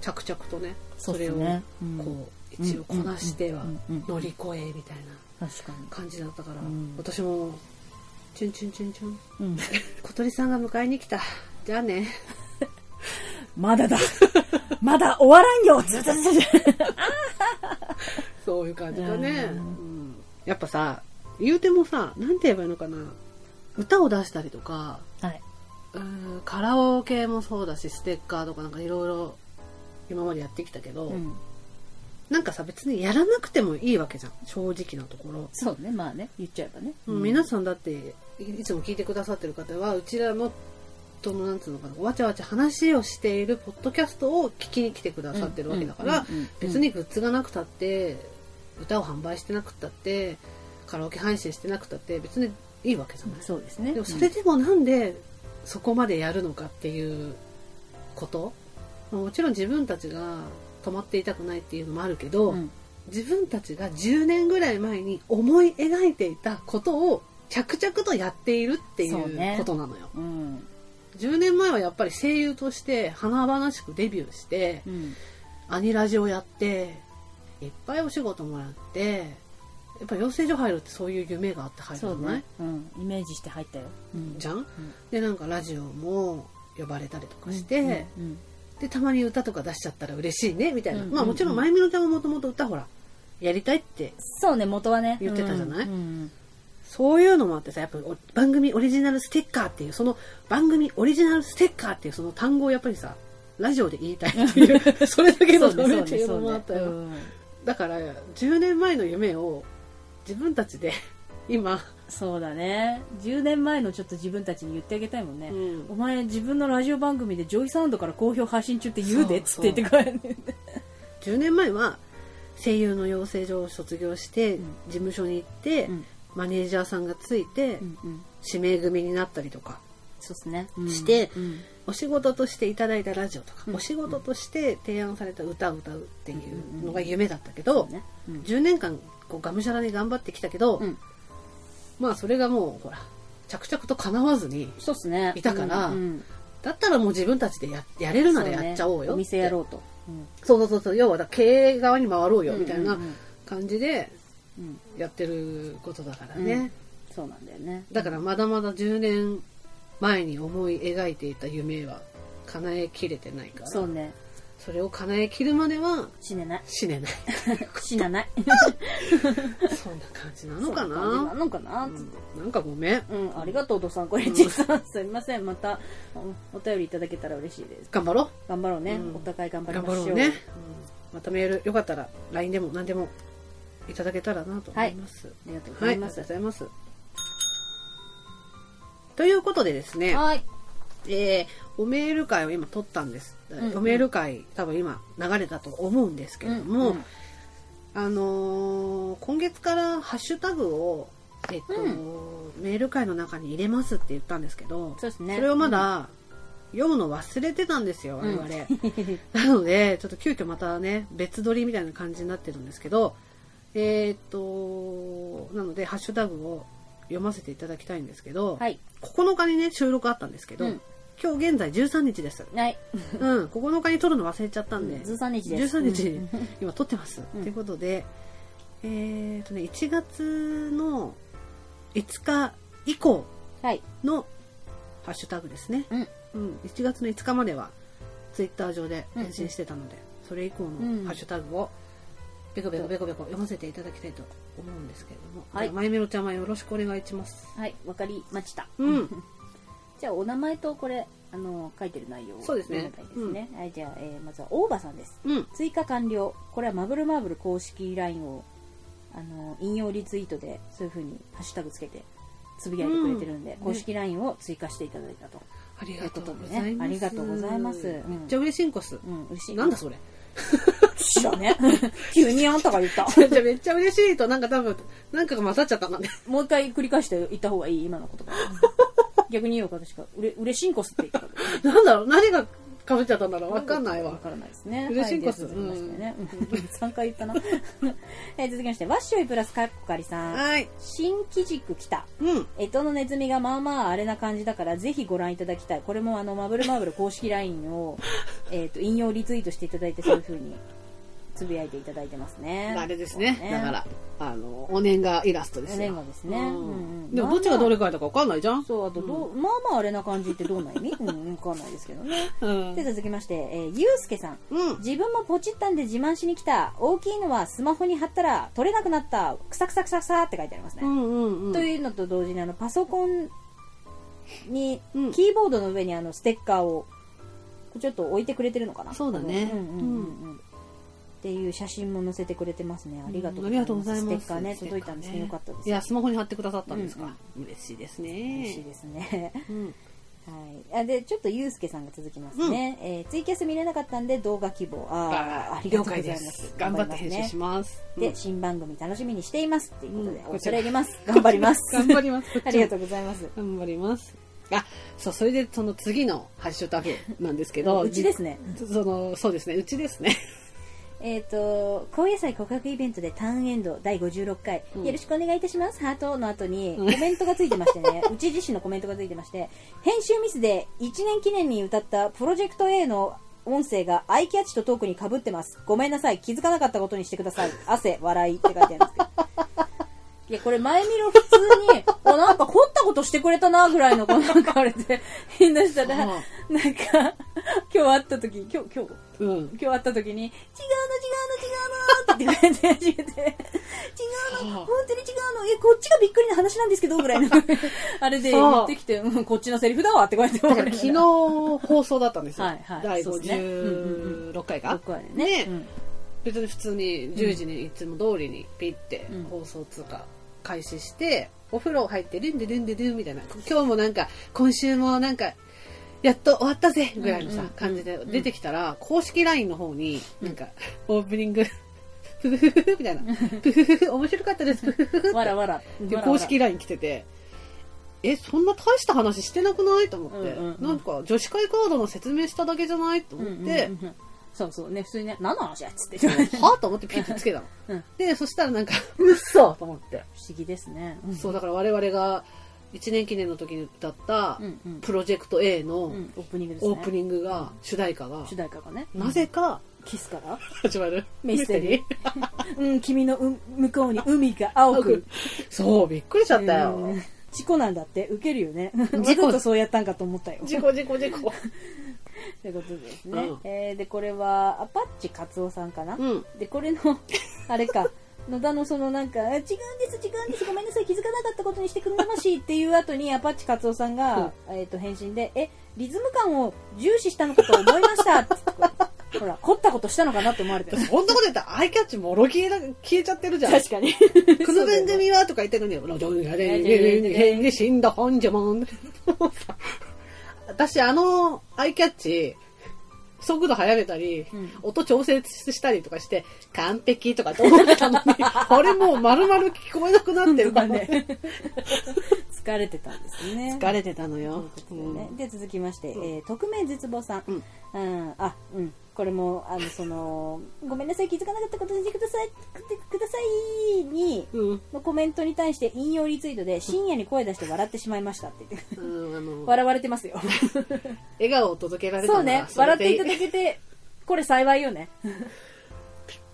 Speaker 1: 着々とね、
Speaker 2: そ
Speaker 1: そ
Speaker 2: うっ
Speaker 1: れ
Speaker 2: す
Speaker 1: を
Speaker 2: ねうん
Speaker 1: こう一応こなしては
Speaker 2: うんうんうんうん
Speaker 1: 乗り越えみたいな
Speaker 2: 確か
Speaker 1: 感じだったから、
Speaker 2: うん
Speaker 1: 私もチュンチュンチュンチュン
Speaker 2: にうん
Speaker 1: 小鳥さんが迎えに来たじゃあね
Speaker 2: まだだまだ終わらんよずずずず
Speaker 1: そういう感じだね、
Speaker 2: う
Speaker 1: うんんやっぱさ言うてもさなんて言えばいいのかな歌を出したりとか
Speaker 2: はい、
Speaker 1: うーんカラオケもそうだしステッカーとかなんかいろいろ今までやってきたけど、
Speaker 2: うん、
Speaker 1: なんかさ別にやらなくてもいいわけじゃん正直なところ、
Speaker 2: そうねまあね言っちゃえばね
Speaker 1: うん皆さんだっていいつも聞いてくださってる方はうちらのとのなんつうのかなわちゃわちゃ話をしているポッドキャストを聞きに来てくださってるわけだから、
Speaker 2: うんうんうんうん
Speaker 1: 別にグッズがなくたって歌を販売してなくたってカラオケ配信してなくたって別にいいわけじゃない、
Speaker 2: そうですね
Speaker 1: でもそれでもなんでそこまでやるのかっていうこと、まあもちろん自分たちが止まっていたくないっていうのもあるけど、
Speaker 2: うんうん
Speaker 1: 自分たちが10年ぐらい前に思い描いていたことを着々とやっているってい
Speaker 2: そうね
Speaker 1: うことなのよ。
Speaker 2: うん
Speaker 1: 10年前はやっぱり声優として華々しくデビューして、
Speaker 2: うん
Speaker 1: アニラジをやって、いっぱいお仕事もらって、やっぱ養成所入るってそういう夢があって入るじ
Speaker 2: そ
Speaker 1: ゃ
Speaker 2: う
Speaker 1: ない、
Speaker 2: ね、うん、イメージして入ったよ、うん
Speaker 1: じゃん、でなんかラジオも呼ばれたりとかして、
Speaker 2: うんうん
Speaker 1: でたまに歌とか出しちゃったら嬉しいねみたいな、
Speaker 2: うん
Speaker 1: まあもちろんまゆみのちゃんはもともと歌ほらやりたいって
Speaker 2: そうね元はね
Speaker 1: 言ってたじゃない
Speaker 2: うんうん
Speaker 1: そういうのもあってさやっぱりお番組オリジナルステッカーっていうその番組オリジナルステッカーっていうその単語をやっぱりさラジオで言いたいって いうそれだけのためっていうのもあったよ、
Speaker 2: そうね
Speaker 1: だから10年前の夢を自分たちで今、
Speaker 2: そうだね10年前のちょっと自分たちに言ってあげたいもんね、
Speaker 1: うん
Speaker 2: お前自分のラジオ番組でジョイサウンドから好評配信中って言うでっつ
Speaker 1: そ
Speaker 2: っ
Speaker 1: うそう
Speaker 2: て言ってくれる
Speaker 1: 10年前は声優の養成所を卒業して
Speaker 2: うん
Speaker 1: 事務所に行って、
Speaker 2: うん
Speaker 1: マネージャーさんがついて、
Speaker 2: うん
Speaker 1: 指名組になったりとか
Speaker 2: そうですね、
Speaker 1: して
Speaker 2: うん
Speaker 1: お仕事としていただいたラジオとか、
Speaker 2: うん
Speaker 1: お仕事として提案された歌を歌うっていうの
Speaker 2: う
Speaker 1: が
Speaker 2: ん
Speaker 1: 夢だったけど、
Speaker 2: ねうん
Speaker 1: 10年間こうがむしゃらに頑張ってきたけど、
Speaker 2: うん
Speaker 1: まあそれがもうほら着々と叶わずに
Speaker 2: そうっすね
Speaker 1: いたから
Speaker 2: うんうん
Speaker 1: だったらもう自分たちでややれるなら
Speaker 2: そね
Speaker 1: やっちゃおうよって
Speaker 2: お店やろうと、うん
Speaker 1: そうそうそうそう要はだ経営側に回ろうよみたいな
Speaker 2: うんうん
Speaker 1: 感じで
Speaker 2: うんうん
Speaker 1: やってることだから
Speaker 2: う
Speaker 1: ね
Speaker 2: ん、そうなんだよね
Speaker 1: だからまだまだ10年前に思い描いていた夢は叶えきれてないから
Speaker 2: そうね
Speaker 1: それを叶えきるまでは
Speaker 2: 死 ねない
Speaker 1: 死ね ない
Speaker 2: 死なない
Speaker 1: そんな感じなのかな
Speaker 2: そん感じなのかな
Speaker 1: うんなんかごめん
Speaker 2: うん、ありがとう、ドサンコレッジさん。すみません、またおお便りいただけたら嬉しいです。
Speaker 1: 頑張ろう
Speaker 2: 頑張ろうね。
Speaker 1: うん
Speaker 2: お互い頑張り
Speaker 1: 頑
Speaker 2: ま
Speaker 1: 張ろ
Speaker 2: しょ
Speaker 1: う
Speaker 2: う。
Speaker 1: ね、うんまたメールよかったら LINE でも何でもいただけたらなと思います、
Speaker 2: ありがとうご
Speaker 1: は
Speaker 2: ざ
Speaker 1: い、あ
Speaker 2: い
Speaker 1: りが
Speaker 2: ま
Speaker 1: とうご。
Speaker 2: す
Speaker 1: ざいます。ということでですね、
Speaker 2: はい。
Speaker 1: えーおメール会を今撮ったんです。
Speaker 2: うん
Speaker 1: おメール会多分今流れたと思うんですけれども、
Speaker 2: うん
Speaker 1: あのー今月からハッシュタグを、えっと
Speaker 2: う
Speaker 1: メール会の中に入れますって言ったんですけど、
Speaker 2: そうですね。
Speaker 1: それをまだ読むの忘れてたんですよ、我々。
Speaker 2: うん、
Speaker 1: なので、ちょっと急遽またね、別撮りみたいな感じになってるんですけど、えーっと、なので、ハッシュタグを読ませていただきたいんですけど、
Speaker 2: はい。
Speaker 1: 9日にね、収録あったんですけど、
Speaker 2: うん
Speaker 1: 今日現在13日です。
Speaker 2: はい。
Speaker 1: うん、9日に撮るの忘れちゃったんで、
Speaker 2: 13日です。
Speaker 1: 13日
Speaker 2: うん
Speaker 1: 今撮ってます。と、
Speaker 2: うん
Speaker 1: いうことで、えーっとね、1月の5日以降
Speaker 2: はい。
Speaker 1: のハッシュタグですね。
Speaker 2: うん。
Speaker 1: うん、1月の5日まではツイッター上で
Speaker 2: うんうん
Speaker 1: 返信してたので、それ以降
Speaker 2: うん
Speaker 1: のハッシュタグをベコベコベコベコ読ませていただきたいと思うんですけれども、
Speaker 2: はい
Speaker 1: じゃあまゆみろちゃんはよろしくお願いします。
Speaker 2: はい。わかりました。
Speaker 1: うん。
Speaker 2: じゃあ、お名前とこれ、あの、書いてる内容を
Speaker 1: そうですね
Speaker 2: お願いですねはい。じゃあ、えーまずは、大場さんです。
Speaker 1: うん。
Speaker 2: 追加完了。これは、マブルマーブル公式 LINE を、あの、引用リツイートで、そういうふうに、ハッシュタグつけて、つぶやいてくれてるん
Speaker 1: ん
Speaker 2: で、公式 LINE を追加していただいたと。
Speaker 1: あり
Speaker 2: とい
Speaker 1: が
Speaker 2: うことと
Speaker 1: うご
Speaker 2: で
Speaker 1: ざい
Speaker 2: ね。
Speaker 1: ます。
Speaker 2: ありがとうございます。う
Speaker 1: めっ
Speaker 2: ん
Speaker 1: ちゃ。嬉しいんこす。
Speaker 2: うん、嬉しい。
Speaker 1: なんだそれ。
Speaker 2: 知らね。急にあんたが言った。
Speaker 1: じゃあめっちゃ嬉しいとなんか多分、なんかが混ざっちゃったんだね。
Speaker 2: もう一回繰り返して言った方がいい、今の言葉。逆に言おうか、確か。うれ、うれしんこすって言ったから。
Speaker 1: なんだろう何が被っちゃったんだろうわかんない
Speaker 2: わ
Speaker 1: わ。
Speaker 2: からないですね。
Speaker 1: 嬉しんこす
Speaker 2: はいで続きましてね。3回言ったな。 えー続きまして、ワッショイプラスカッコカリさん。
Speaker 1: はい。
Speaker 2: 新機軸来た。
Speaker 1: うん。
Speaker 2: えとのネズミがまあまああれな感じだから、ぜひご覧いただきたい。これもあの、マブルマブル公式 LINE を、えっと、引用リツイートしていただいて、そういう風に、つぶやいていただいてますね。
Speaker 1: あれですね。
Speaker 2: そう
Speaker 1: だか。ら、あの、お年賀イラストですよ。
Speaker 2: 年賀ですね
Speaker 1: うん
Speaker 2: うんうん
Speaker 1: でもどっちがどれかいだかわかんないじゃん。
Speaker 2: そう、あとどう、まあまああれな感じってどんな意味うん、わかんないですけどね。
Speaker 1: うん
Speaker 2: で、続きまして、えーゆうすけさん。
Speaker 1: うん。
Speaker 2: 自分もポチったんで自慢しに来た。大きいのはスマホに貼ったら取れなくなった。くさくさくさくさって書いてありますね。
Speaker 1: んうん
Speaker 2: というのと同時に、あの、パソコンに、
Speaker 1: うん
Speaker 2: キーボードの上にあの、ステッカーを、ちょっと置いてくれてるのかな
Speaker 1: そうだね
Speaker 2: うんうんうんうん。っていう写真も載せてくれてますね。ありがとう
Speaker 1: ありがとうございます。
Speaker 2: ステッカーね、届いたんですね。よかったです。
Speaker 1: いや、スマホに貼ってくださったんですか。
Speaker 2: うん
Speaker 1: 嬉しいです
Speaker 2: 嬉しい
Speaker 1: ね。
Speaker 2: ですね。
Speaker 1: うん
Speaker 2: はい、あでちょっとゆうすけさんが続きますね、えーツイキャス見れなかったんで動画希望あーありがとうござい
Speaker 1: 了解
Speaker 2: ま
Speaker 1: です頑張って編集し
Speaker 2: ま
Speaker 1: ます。
Speaker 2: すねで新番組楽しみにしていますっていうことで、
Speaker 1: うん
Speaker 2: お
Speaker 1: こち
Speaker 2: 恐
Speaker 1: ら
Speaker 2: れ入ります頑張ります。
Speaker 1: 頑張ります
Speaker 2: ありがと
Speaker 1: う。
Speaker 2: うございます
Speaker 1: 頑張ります。あ、そう、それでその次のハッシュタグなんですけど。
Speaker 2: うちですね
Speaker 1: その、そうですね、うちです ね。
Speaker 2: えっ、と高野菜告白イベントでターンエンド第56回、
Speaker 1: うん
Speaker 2: よろしくお願いいたしますハートの後にコ
Speaker 1: うん
Speaker 2: メントがついてましてね うち自身のコメントがついてまして編集ミスで1年記念に歌ったプロジェクト A の音声がアイキャッチとトークにかぶってますごめんなさい気づかなかったことにしてください汗笑いって書いてあるんですけ どいやこれ前見ろ普通におなんか凝ったことしてくれたなぐらいのこのなんかあれで 変なしたらなんか今日会った時今日今日
Speaker 1: うん。
Speaker 2: 今日会った時に、違うの違うの違うのって言われて始めて、違うの
Speaker 1: そう
Speaker 2: 本当に違うのえ、こっちがびっくりな話なんですけど、ぐらいの。 あれで
Speaker 1: そう
Speaker 2: 言ってきて、うん、こっちのセリフだわってこうやって
Speaker 1: だ
Speaker 2: 思
Speaker 1: か
Speaker 2: い
Speaker 1: ら
Speaker 2: なが
Speaker 1: 昨日放送だったんですよ。
Speaker 2: はいはい
Speaker 1: 第
Speaker 2: そうですねうん
Speaker 1: 56回
Speaker 2: ら
Speaker 1: か。
Speaker 2: 僕はね。うん
Speaker 1: 別に普通に10時にいつも通りにピッて
Speaker 2: うん
Speaker 1: 放送通過開始して、お風呂入ってルンでルンでルンみたいな今日もなんか今週もなんかやっと終わったぜぐらいのさ、
Speaker 2: うんうんうん
Speaker 1: 感じで出てきたら、公式 LINE の方になんか、オープニングプフフフフみたいなプフフフ面白かったですプフフフ
Speaker 2: わらわら。
Speaker 1: っていう公式 LINE 来てて。え、そんな大した話してなくないと思って、
Speaker 2: うんうんうん
Speaker 1: なんか女子会カードの説明しただけじゃないと思って、
Speaker 2: うんうんうんそうそうね、普通にね、何の話やっつって言われて。
Speaker 1: はぁと思ってピッてつけたの。
Speaker 2: うん
Speaker 1: で、そしたらなんか、うっそと思って。
Speaker 2: 不思議ですね。うん
Speaker 1: そう、だから我々が1年記念の時に歌った
Speaker 2: う、んうん。
Speaker 1: プロジェクト A の
Speaker 2: うん、オープニングですね。
Speaker 1: オープニングが、主題歌が
Speaker 2: 主、題歌がね。
Speaker 1: なぜか
Speaker 2: キスから
Speaker 1: 始まる。
Speaker 2: ミステリー。うん、君のう向こうに海が青く。
Speaker 1: そう、びっくりしちゃった
Speaker 2: う
Speaker 1: よ
Speaker 2: ん。事故なんだって、ウケるよね。
Speaker 1: 故
Speaker 2: わざとそうやったんかと思ったよ。
Speaker 1: 事故事故事故。
Speaker 2: ということですね。
Speaker 1: うん
Speaker 2: えーで、これは、アパッチカツオさんかな、
Speaker 1: うん。
Speaker 2: で、これの、 あれか、野田のそのなんか、あ違うんです、違うんです、ごめんなさい、気づかなかったことにしてくれましいっていう後に、アパッチカツオさんが、えっ、と、返信で、え、リズム感を重視したのかと思いました ってこうほら、凝ったことしたのかなって思われてる。
Speaker 1: そんなこと言ったらアイキャッチもろ消えだ消えちゃってるじゃん。
Speaker 2: 確か に。
Speaker 1: この番組はとか言ってくんねよ。ロドンやでんげんげんげん死んだ本じゃもん。私、あの、アイキャッチ、速度速めたり、
Speaker 2: うん
Speaker 1: 音調整したりとかして、完璧とかって思ってたのに、あれもう丸々聞こえなくなってるからね。
Speaker 2: ね。疲れてたんですね。
Speaker 1: 疲れてたの
Speaker 2: と
Speaker 1: よ
Speaker 2: いうこ。
Speaker 1: う
Speaker 2: とでね
Speaker 1: ん
Speaker 2: で続きまして、
Speaker 1: うん
Speaker 2: えー匿名絶望さん、
Speaker 1: うん
Speaker 2: うんあうんこれもあのそのごめんなさい気づかなかったことにしてくださいくてくださいに
Speaker 1: うん。
Speaker 2: のコメントに対して引用リツイートで深夜に声出して笑ってしまいましたって言って
Speaker 1: うん、あの、
Speaker 2: 笑われてますよ
Speaker 1: 笑顔を届けられたの
Speaker 2: そ
Speaker 1: は
Speaker 2: うね
Speaker 1: そ
Speaker 2: 笑
Speaker 1: れ
Speaker 2: っ
Speaker 1: で
Speaker 2: ていただけてこれ幸いよね
Speaker 1: びっ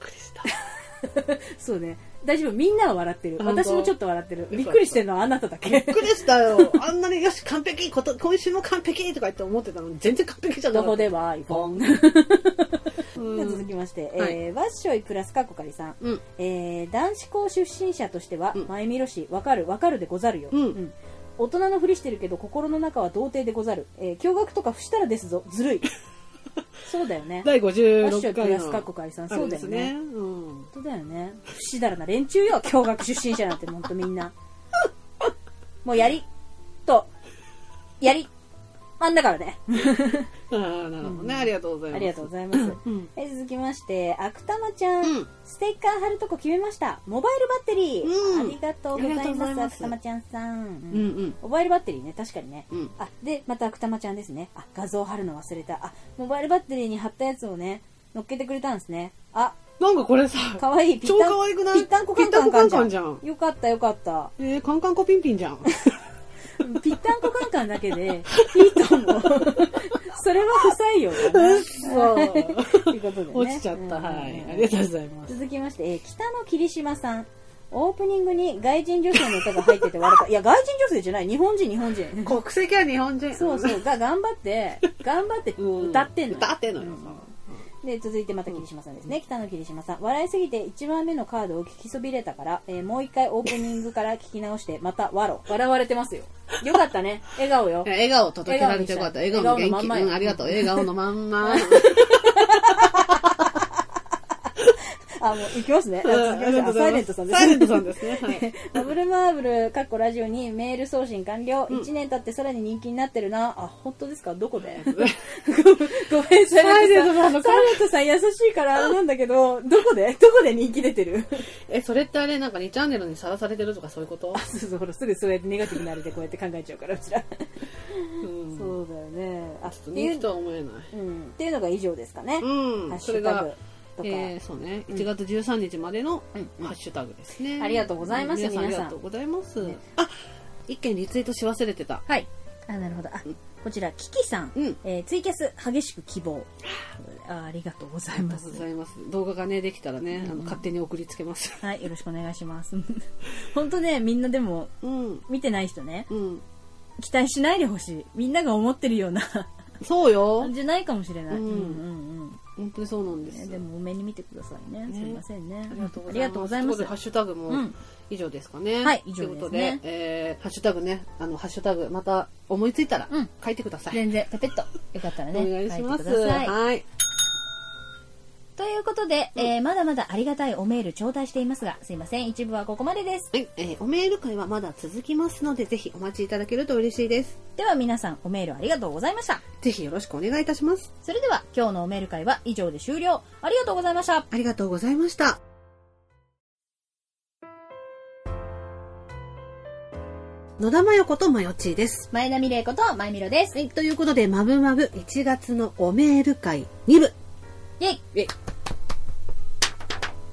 Speaker 1: くりした。
Speaker 2: そうね大丈夫みんなは笑ってる
Speaker 1: 本当
Speaker 2: 私もちょっと笑ってるびっくりしてるのはあなただ
Speaker 1: びっ
Speaker 2: け
Speaker 1: くりしたよ。あんなに、よし、完璧こと、今週も完璧とか言って思ってたのに、全然完璧じゃな
Speaker 2: ど
Speaker 1: か
Speaker 2: こ
Speaker 1: った。
Speaker 2: では iPhone
Speaker 1: うん
Speaker 2: 続きまして、
Speaker 1: はい
Speaker 2: えーワッショイプラスカッコカリさん、
Speaker 1: うん
Speaker 2: えー男子校出身者としては、
Speaker 1: うん
Speaker 2: 前見ろしわかるわかるでござるよ、
Speaker 1: うん
Speaker 2: 大人のふりしてるけど心の中は童貞でござる、えー驚愕とか不したらですぞ ずるいそうだよね
Speaker 1: 第
Speaker 2: ワッショ
Speaker 1: 56
Speaker 2: イプ
Speaker 1: 回
Speaker 2: ラ
Speaker 1: の
Speaker 2: スカッコカリさん
Speaker 1: あ
Speaker 2: そ
Speaker 1: れ
Speaker 2: うだ
Speaker 1: で
Speaker 2: よ
Speaker 1: すね。
Speaker 2: ね
Speaker 1: うん。
Speaker 2: 本当だよね不死だらな連中よ驚愕出身者なんて本当みん なもうやりとやりあんだからね
Speaker 1: ああ、なるほどね。ありがとうございます。
Speaker 2: ありがとうございます
Speaker 1: うん。
Speaker 2: えー続きまして芥間ちゃん、
Speaker 1: うん。
Speaker 2: ステッカー貼るとこ決めました。モバイルバッテリー。
Speaker 1: うん
Speaker 2: ありがとうござい
Speaker 1: ありがとうござい
Speaker 2: ま。
Speaker 1: ますす
Speaker 2: 芥間ちゃんさん,、
Speaker 1: うんうん。
Speaker 2: モバイルバッテリーね、確かにね。
Speaker 1: うん。
Speaker 2: あ、で、また芥間ちゃんですね。あ、画像貼るの忘れた。あ、モバイルバッテリーに貼ったやつをね、乗っけてくれたんですね。あ、
Speaker 1: なんかこれさ、
Speaker 2: かわいい。
Speaker 1: 超可愛くない
Speaker 2: ぴったんこカンカンカンじゃ
Speaker 1: ぴったんこカン
Speaker 2: ん。
Speaker 1: カン
Speaker 2: よかったよかった。
Speaker 1: えー、カンカンコピンピンじゃん。
Speaker 2: ぴったんこカンカンだけで、 いいと思う。それは不採用だな。
Speaker 1: そう。
Speaker 2: ということでね。
Speaker 1: 落ちちゃった。
Speaker 2: うん
Speaker 1: はい。ありがとうございます。
Speaker 2: 続きまして、えー北の霧島さん。オープニングに外人女性の歌が入ってて笑った。いや、外人女性じゃない。日本人、日本人。
Speaker 1: 国籍は日本人。
Speaker 2: そうそう。が、頑張って、頑張って
Speaker 1: うん。
Speaker 2: 歌ってんの。
Speaker 1: 歌ってんのよ。
Speaker 2: で、続いてまた霧島さんですね。北の霧島さん。笑いすぎて1枚目のカードを聞きそびれたから、えーもう一回オープニングから聞き直して、また笑う。笑われてますよ。よかったね。笑顔よ。
Speaker 1: 笑顔届けられてよかった。笑
Speaker 2: 笑
Speaker 1: 顔
Speaker 2: 顔
Speaker 1: の
Speaker 2: にした
Speaker 1: 元気。
Speaker 2: い笑顔のまんまよ
Speaker 1: うん、ありがとう。笑顔のまんま。
Speaker 2: あ、もう、いきますね。続きましてあサイレントさんです。
Speaker 1: サイレントさんですね。 はい。
Speaker 2: マブルマーブル、かっこラジオにメール送信完了。1年経ってさらに人気になってるな。あ、本当ですかど こでごめん、サイレントさん。サイレントさん優しいからあれなんだけど、どこでどこで人気出てる
Speaker 1: え、それってあれ、なんか2チャンネルにさらされてるとかそういうこと
Speaker 2: そうそう、ほら、すぐそうやってネガティブなあれでこうやって考えちゃうから、うちら。
Speaker 1: うん。ちょ
Speaker 2: そうだよね。あ、っ
Speaker 1: ってと
Speaker 2: い
Speaker 1: 人
Speaker 2: う
Speaker 1: 気、とは思えない。
Speaker 2: うん、っていうのが以上ですかね。
Speaker 1: う
Speaker 2: ハッ
Speaker 1: ん。
Speaker 2: シ
Speaker 1: そ
Speaker 2: ュ
Speaker 1: れ
Speaker 2: タ
Speaker 1: が
Speaker 2: グ、とか。
Speaker 1: えー、そうね。1月13日までのハッシュタグですね。
Speaker 2: ありがとうございます
Speaker 1: 皆さんあ
Speaker 2: 皆
Speaker 1: り
Speaker 2: さん
Speaker 1: がとうございます
Speaker 2: ね。
Speaker 1: あ、一件リツイートし忘れてた。
Speaker 2: はい。あ、なるほど。あ、こちら、キキさん。
Speaker 1: うん
Speaker 2: えーツイキャス、激しく希望。あありがとうござい
Speaker 1: あり
Speaker 2: ま
Speaker 1: がとう
Speaker 2: す
Speaker 1: ご。ざいます。動画がね、できたらね、あの、勝手に送りつけます。
Speaker 2: はい、よろしくお願いします。 本当ね、みんなでも、
Speaker 1: うん。
Speaker 2: 見てない人ね、
Speaker 1: うん。
Speaker 2: 期待しないでほしい。みんなが思ってるよう な
Speaker 1: そうよ
Speaker 2: 感。じゃないかもしれない。
Speaker 1: う
Speaker 2: う
Speaker 1: んん
Speaker 2: うん
Speaker 1: 本当にそうなん
Speaker 2: う
Speaker 1: で
Speaker 2: ん。ね
Speaker 1: す。
Speaker 2: でも、多めに見てくださいね。
Speaker 1: ね
Speaker 2: すいませんね。
Speaker 1: ありがとうございます。ということで
Speaker 2: ま
Speaker 1: ハッシュタグも
Speaker 2: うん
Speaker 1: 以上ですかね。
Speaker 2: はい以
Speaker 1: とい
Speaker 2: 上ですね
Speaker 1: うことで、えー、ハッシュタグね、あの、ハッシュタグ、また思いついたら
Speaker 2: うん
Speaker 1: 書いてください。
Speaker 2: 全然、ペペッと。よかったら
Speaker 1: お
Speaker 2: ね。
Speaker 1: 願いします。
Speaker 2: 書いてください
Speaker 1: はい。
Speaker 2: ということで、えーまだまだありがたいおメール頂戴していますが、すいません。一部はここまでです。
Speaker 1: はい、えーおメール会はまだ続きますので、ぜひお待ちいただけると嬉しいです。
Speaker 2: では皆さん、おメールありがとうございました。
Speaker 1: ぜひよろしくお願いいたします。
Speaker 2: それでは、今日のおメール会は以上で終了。ありがとうございました。
Speaker 1: ありがとうございました。野田真代子とまよちーです。
Speaker 2: 前田美玲子と前みろです。
Speaker 1: はい、ということで、まぶまぶ1月のおメール会2部。
Speaker 2: イェイ
Speaker 1: え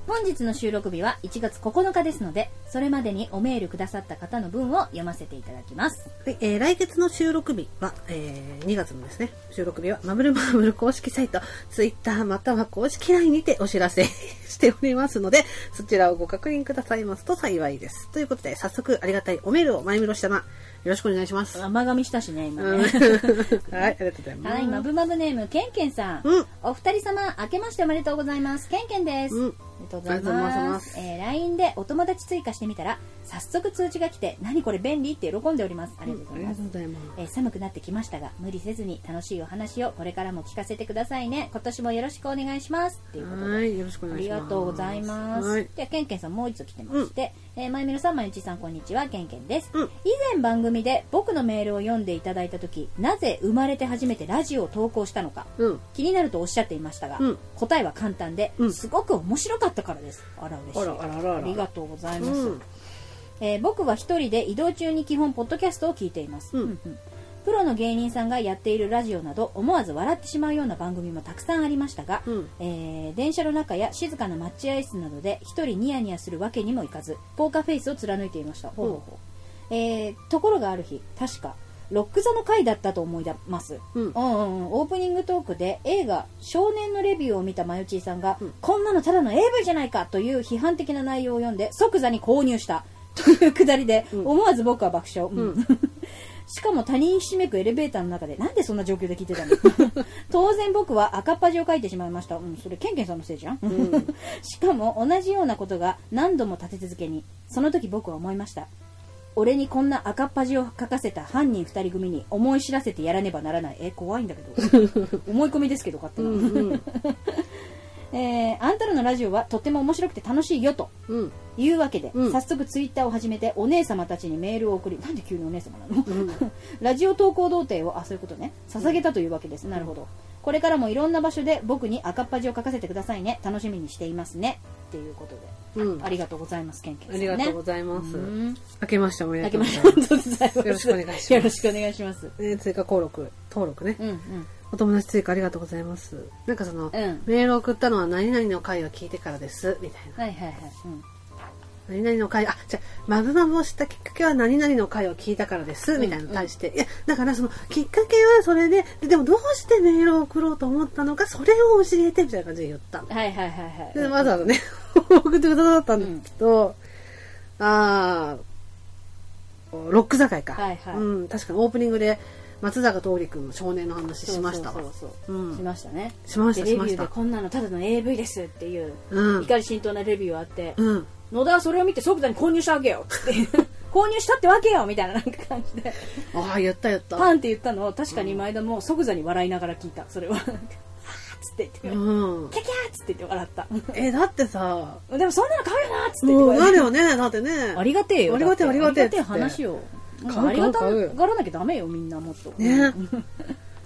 Speaker 2: 本日の収録日は1月9日ですので、それまでにおメールくださった方の文を読ませていただきます。
Speaker 1: はい、えー来月の収録日は、えー2月のですね、収録日は、マブルマーブル公式サイト、ツイッターまたは公式 LINE にてお知らせ しておりますので、そちらをご確認くださいますと幸いです。ということで、早速ありがたいおメールを前見ろしたま、よろしくお願いします。 はい、
Speaker 2: 甘噛みしたしね、今
Speaker 1: あ
Speaker 2: ね。
Speaker 1: りがとうございます。
Speaker 2: はい、マブマブネーム、ケンケンさん。
Speaker 1: うん
Speaker 2: お二人様、明けましておめでとうございます。ケンケンです。
Speaker 1: うん
Speaker 2: ありがとうございます。
Speaker 1: ありがとうございます
Speaker 2: えー LINE でお友達追加してみたら、早速通知が来て、何これ便利って喜んでおります。ありがとうご
Speaker 1: あ
Speaker 2: ざい
Speaker 1: り
Speaker 2: ま
Speaker 1: が
Speaker 2: す
Speaker 1: とう。ございます。
Speaker 2: えー寒くなってきましたが無理せずに楽しいお話をこれからも聞かせてくださいね今年もよろしくお願いしますっていうことで
Speaker 1: はい、よろしくお
Speaker 2: あ
Speaker 1: 願い
Speaker 2: り
Speaker 1: します。
Speaker 2: がとうございます、
Speaker 1: はい。
Speaker 2: ではケンケンさんもう一つ来てまして、えー、まゆみろさんまゆちさんこんにちはケンケンです、
Speaker 1: うん
Speaker 2: 以前番組で僕のメールを読んでいただいた時なぜ生まれて初めてラジオを投稿したのか
Speaker 1: うん。
Speaker 2: 気になるとおっしゃっていましたが、
Speaker 1: うん
Speaker 2: 答えは簡単で、
Speaker 1: うん
Speaker 2: すごく面白かったからですあら嬉しい
Speaker 1: あらあらあらあら
Speaker 2: ありがとうございます、
Speaker 1: うん。
Speaker 2: えー僕は一人で移動中に基本ポッドキャストを聞いています、
Speaker 1: うん
Speaker 2: プロの芸人さんがやっているラジオなど思わず笑ってしまうような番組もたくさんありましたが、
Speaker 1: うん
Speaker 2: えー電車の中や静かな待合室などで一人ニヤニヤするわけにもいかずポーカーフェイスを貫いていました、ほうほうほうえーところがある日確かロック座の回だったと思い出ます、
Speaker 1: うん
Speaker 2: うんうんうんオープニングトークで映画「少年のレビュー」を見たまゆちーさんが、
Speaker 1: うん
Speaker 2: こんなのただの AV じゃないかという批判的な内容を読んで即座に購入したという くだりで、
Speaker 1: うん
Speaker 2: 思わず僕は爆笑、
Speaker 1: う
Speaker 2: うん しかも他人ひしめくエレベーターの中でなんでそんな状況で聞いてたの 当然僕は赤っ端を書いてしまいました、うん、それケンケンさんのせいじゃん、
Speaker 1: うん。
Speaker 2: しかも同じようなことが何度も立て続けにその時僕は思いました俺にこんな赤っ端を書かせた犯人2人組に思い知らせてやらねばならないえ怖いんだけ ど思い込みですけど勝手
Speaker 1: う
Speaker 2: な、
Speaker 1: ん。うん。
Speaker 2: えーあんたらのラジオはとっても面白くて楽しいよと
Speaker 1: うん。
Speaker 2: いうわけで、
Speaker 1: うん
Speaker 2: 早速ツイッターを始めてお姉様たちにメールを送りなんで急にお姉様なの
Speaker 1: うん。
Speaker 2: ラジオ投稿童貞をあそういうことね捧げたというわけです、なるほどこれからもいろんな場所で僕に赤っ端を書かせてくださいね楽しみにしていますねっていうことで
Speaker 1: うん。
Speaker 2: ありがとうございますケンケン
Speaker 1: あ
Speaker 2: さん
Speaker 1: り
Speaker 2: ね
Speaker 1: がとうご
Speaker 2: ざ
Speaker 1: ざいます。
Speaker 2: ます
Speaker 1: 明けましておめ
Speaker 2: あ
Speaker 1: で
Speaker 2: け
Speaker 1: とう
Speaker 2: ま
Speaker 1: ご
Speaker 2: して
Speaker 1: ざ
Speaker 2: お
Speaker 1: い
Speaker 2: め
Speaker 1: ます
Speaker 2: で。とうございます
Speaker 1: よろしくお願いします
Speaker 2: よろしくお願いします
Speaker 1: えー追加登録、登録ね
Speaker 2: う。んうん
Speaker 1: お友達追加ありがとうございます。なんかその、
Speaker 2: うん
Speaker 1: メールを送ったのは何々の回を聞いてからです、みたいな。
Speaker 2: はいはいはい、うん
Speaker 1: 何々の回、あ、じゃあマブマブを知ったきっかけは何々の回を聞いたからです、
Speaker 2: うん
Speaker 1: みたいなのに対して。いや、だからその、きっかけはそれで、ででもどうしてメールを送ろうと思ったのか、それを教えて、みたいな感じで言ったの。
Speaker 2: はいはいはいはい
Speaker 1: で、わざわざね、 送ってくださったんですけど、あー、ロック坂井か。
Speaker 2: はいはい
Speaker 1: うん、確かにオープニングで、松坂桃李君の少年の話しましたわ
Speaker 2: そう。そうそうそう、
Speaker 1: うん
Speaker 2: しましたね
Speaker 1: しました
Speaker 2: でレ
Speaker 1: し
Speaker 2: ビュ
Speaker 1: まし
Speaker 2: ーで
Speaker 1: た。
Speaker 2: こんなのただの AV ですっていう、
Speaker 1: うん。
Speaker 2: 怒り浸透なレビューがあって、
Speaker 1: うん。
Speaker 2: 野田はそれを見て即座に購入したわけ よって購入したってわけよみたいななんか感じで
Speaker 1: ああ、言った言った。
Speaker 2: パンって言ったのを確かに前田も即座に笑いながら聞いたそれ はあーっつって言って、
Speaker 1: うん。
Speaker 2: キャキャーっつって言って笑った
Speaker 1: え、だってさ、
Speaker 2: でもそんなの買うよなっつって言って
Speaker 1: もう
Speaker 2: 笑
Speaker 1: な
Speaker 2: った
Speaker 1: るよね、だってね。
Speaker 2: ありがてえよ。
Speaker 1: ありがてえ
Speaker 2: だって
Speaker 1: ありがてえ
Speaker 2: ありが話よ。も
Speaker 1: 買う
Speaker 2: うありがた
Speaker 1: 買う
Speaker 2: がらなきゃダメよ、みんなもっと。
Speaker 1: ね。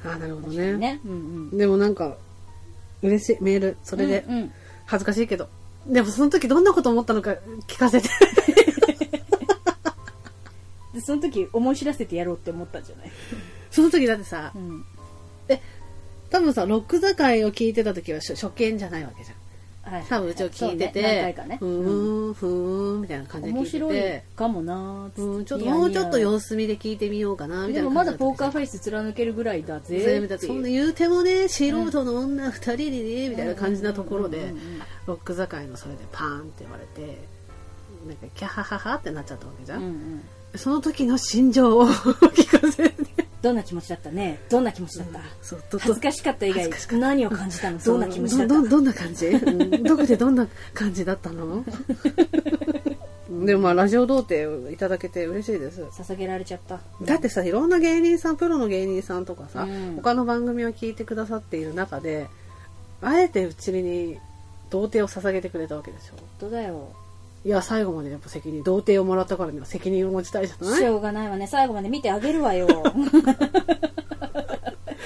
Speaker 1: ああ、なるほど
Speaker 2: う
Speaker 1: ね。
Speaker 2: んね。うん
Speaker 1: でもなんか、嬉しい、メール。そ
Speaker 2: うん。
Speaker 1: れで
Speaker 2: う、んうん。
Speaker 1: 恥ずかしいけど。でもその時どんなこと思ったのか聞かせて。
Speaker 2: で、その時思い知らせてやろうって思ったんじゃない
Speaker 1: その時だってさ
Speaker 2: う、ん。
Speaker 1: 多分さ、ロック坂井を聞いてた時は初初見じゃないわけじゃん。
Speaker 2: はい。
Speaker 1: 多分うちを聞いてて、
Speaker 2: そうね何回かね。
Speaker 1: ふーん、ふーん、みたいな感じで聞
Speaker 2: 面
Speaker 1: いて
Speaker 2: 白い
Speaker 1: て。
Speaker 2: かもなーっつって
Speaker 1: うん、ちょっともうちょっと様子見で聞いてみようかな、みた
Speaker 2: で
Speaker 1: いな
Speaker 2: もま
Speaker 1: 感じ
Speaker 2: だ
Speaker 1: った
Speaker 2: ポーカーフェイス貫けるぐらいだぜ。
Speaker 1: 全部だってそんな言うてもね素人の女二人にねみたいな感じなところ
Speaker 2: うんう
Speaker 1: で
Speaker 2: んうんうん
Speaker 1: ロック坂井のそれでパーンって言われてなんかキャハハハってなっちゃったわけじゃ、
Speaker 2: うんんうん。
Speaker 1: その時の心情を聞かせて
Speaker 2: どんな気持ちだったねどんな気持ちだった
Speaker 1: そうどど
Speaker 2: 恥ずかしかった以
Speaker 1: 恥ずかしか
Speaker 2: 外、何を感じたのどんな気持ちだっ
Speaker 1: ど
Speaker 2: た
Speaker 1: どどんな感 じうんどこでどんな感じだったのでもまあラジオ童貞をいただけて嬉しいです
Speaker 2: 捧げられちゃった。
Speaker 1: だってさいろんな芸人さんプロの芸人さんとかさ、
Speaker 2: うん
Speaker 1: 他の番組を聞いてくださっている中であえてうちに童貞を捧げてくれたわけでしょ
Speaker 2: 本当だよ。
Speaker 1: いや最後までやっぱ責任童貞をもらったからには責任を持ちたいじゃない
Speaker 2: しょうがないわね最後まで見てあげるわよ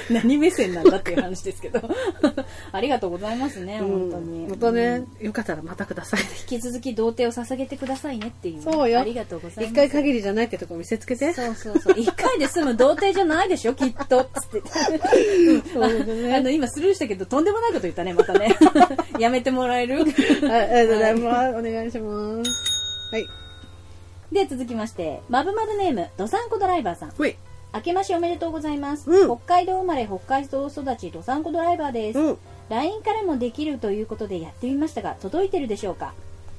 Speaker 2: 何目線なんだっていう話ですけど ありがとうございますね、本当に
Speaker 1: また
Speaker 2: うん
Speaker 1: ね、よかったらまたください。
Speaker 2: 引き続き童貞を捧げてくださいねっていう
Speaker 1: そうよ
Speaker 2: ありがとうござい
Speaker 1: 一
Speaker 2: ま
Speaker 1: 回
Speaker 2: す
Speaker 1: 限りじゃないってとこ見せつけて。
Speaker 2: そうそうそう一回で済む童貞じゃないでしょきっとつって
Speaker 1: そうですね
Speaker 2: あの今スルーしたけどとんでもないこと言ったねまた ねやめてもらえる
Speaker 1: はいありがとうございます。お願いします。はい。
Speaker 2: で続きましてまぶまぶネームどさんこドライバーさん
Speaker 1: ほい。
Speaker 2: 明けましておめでとうございます、
Speaker 1: うん
Speaker 2: 北海道生まれ北海道育ちどさんこドライバーです、
Speaker 1: うん。
Speaker 2: LINE からもできるということでやってみましたが届いてるでしょうか、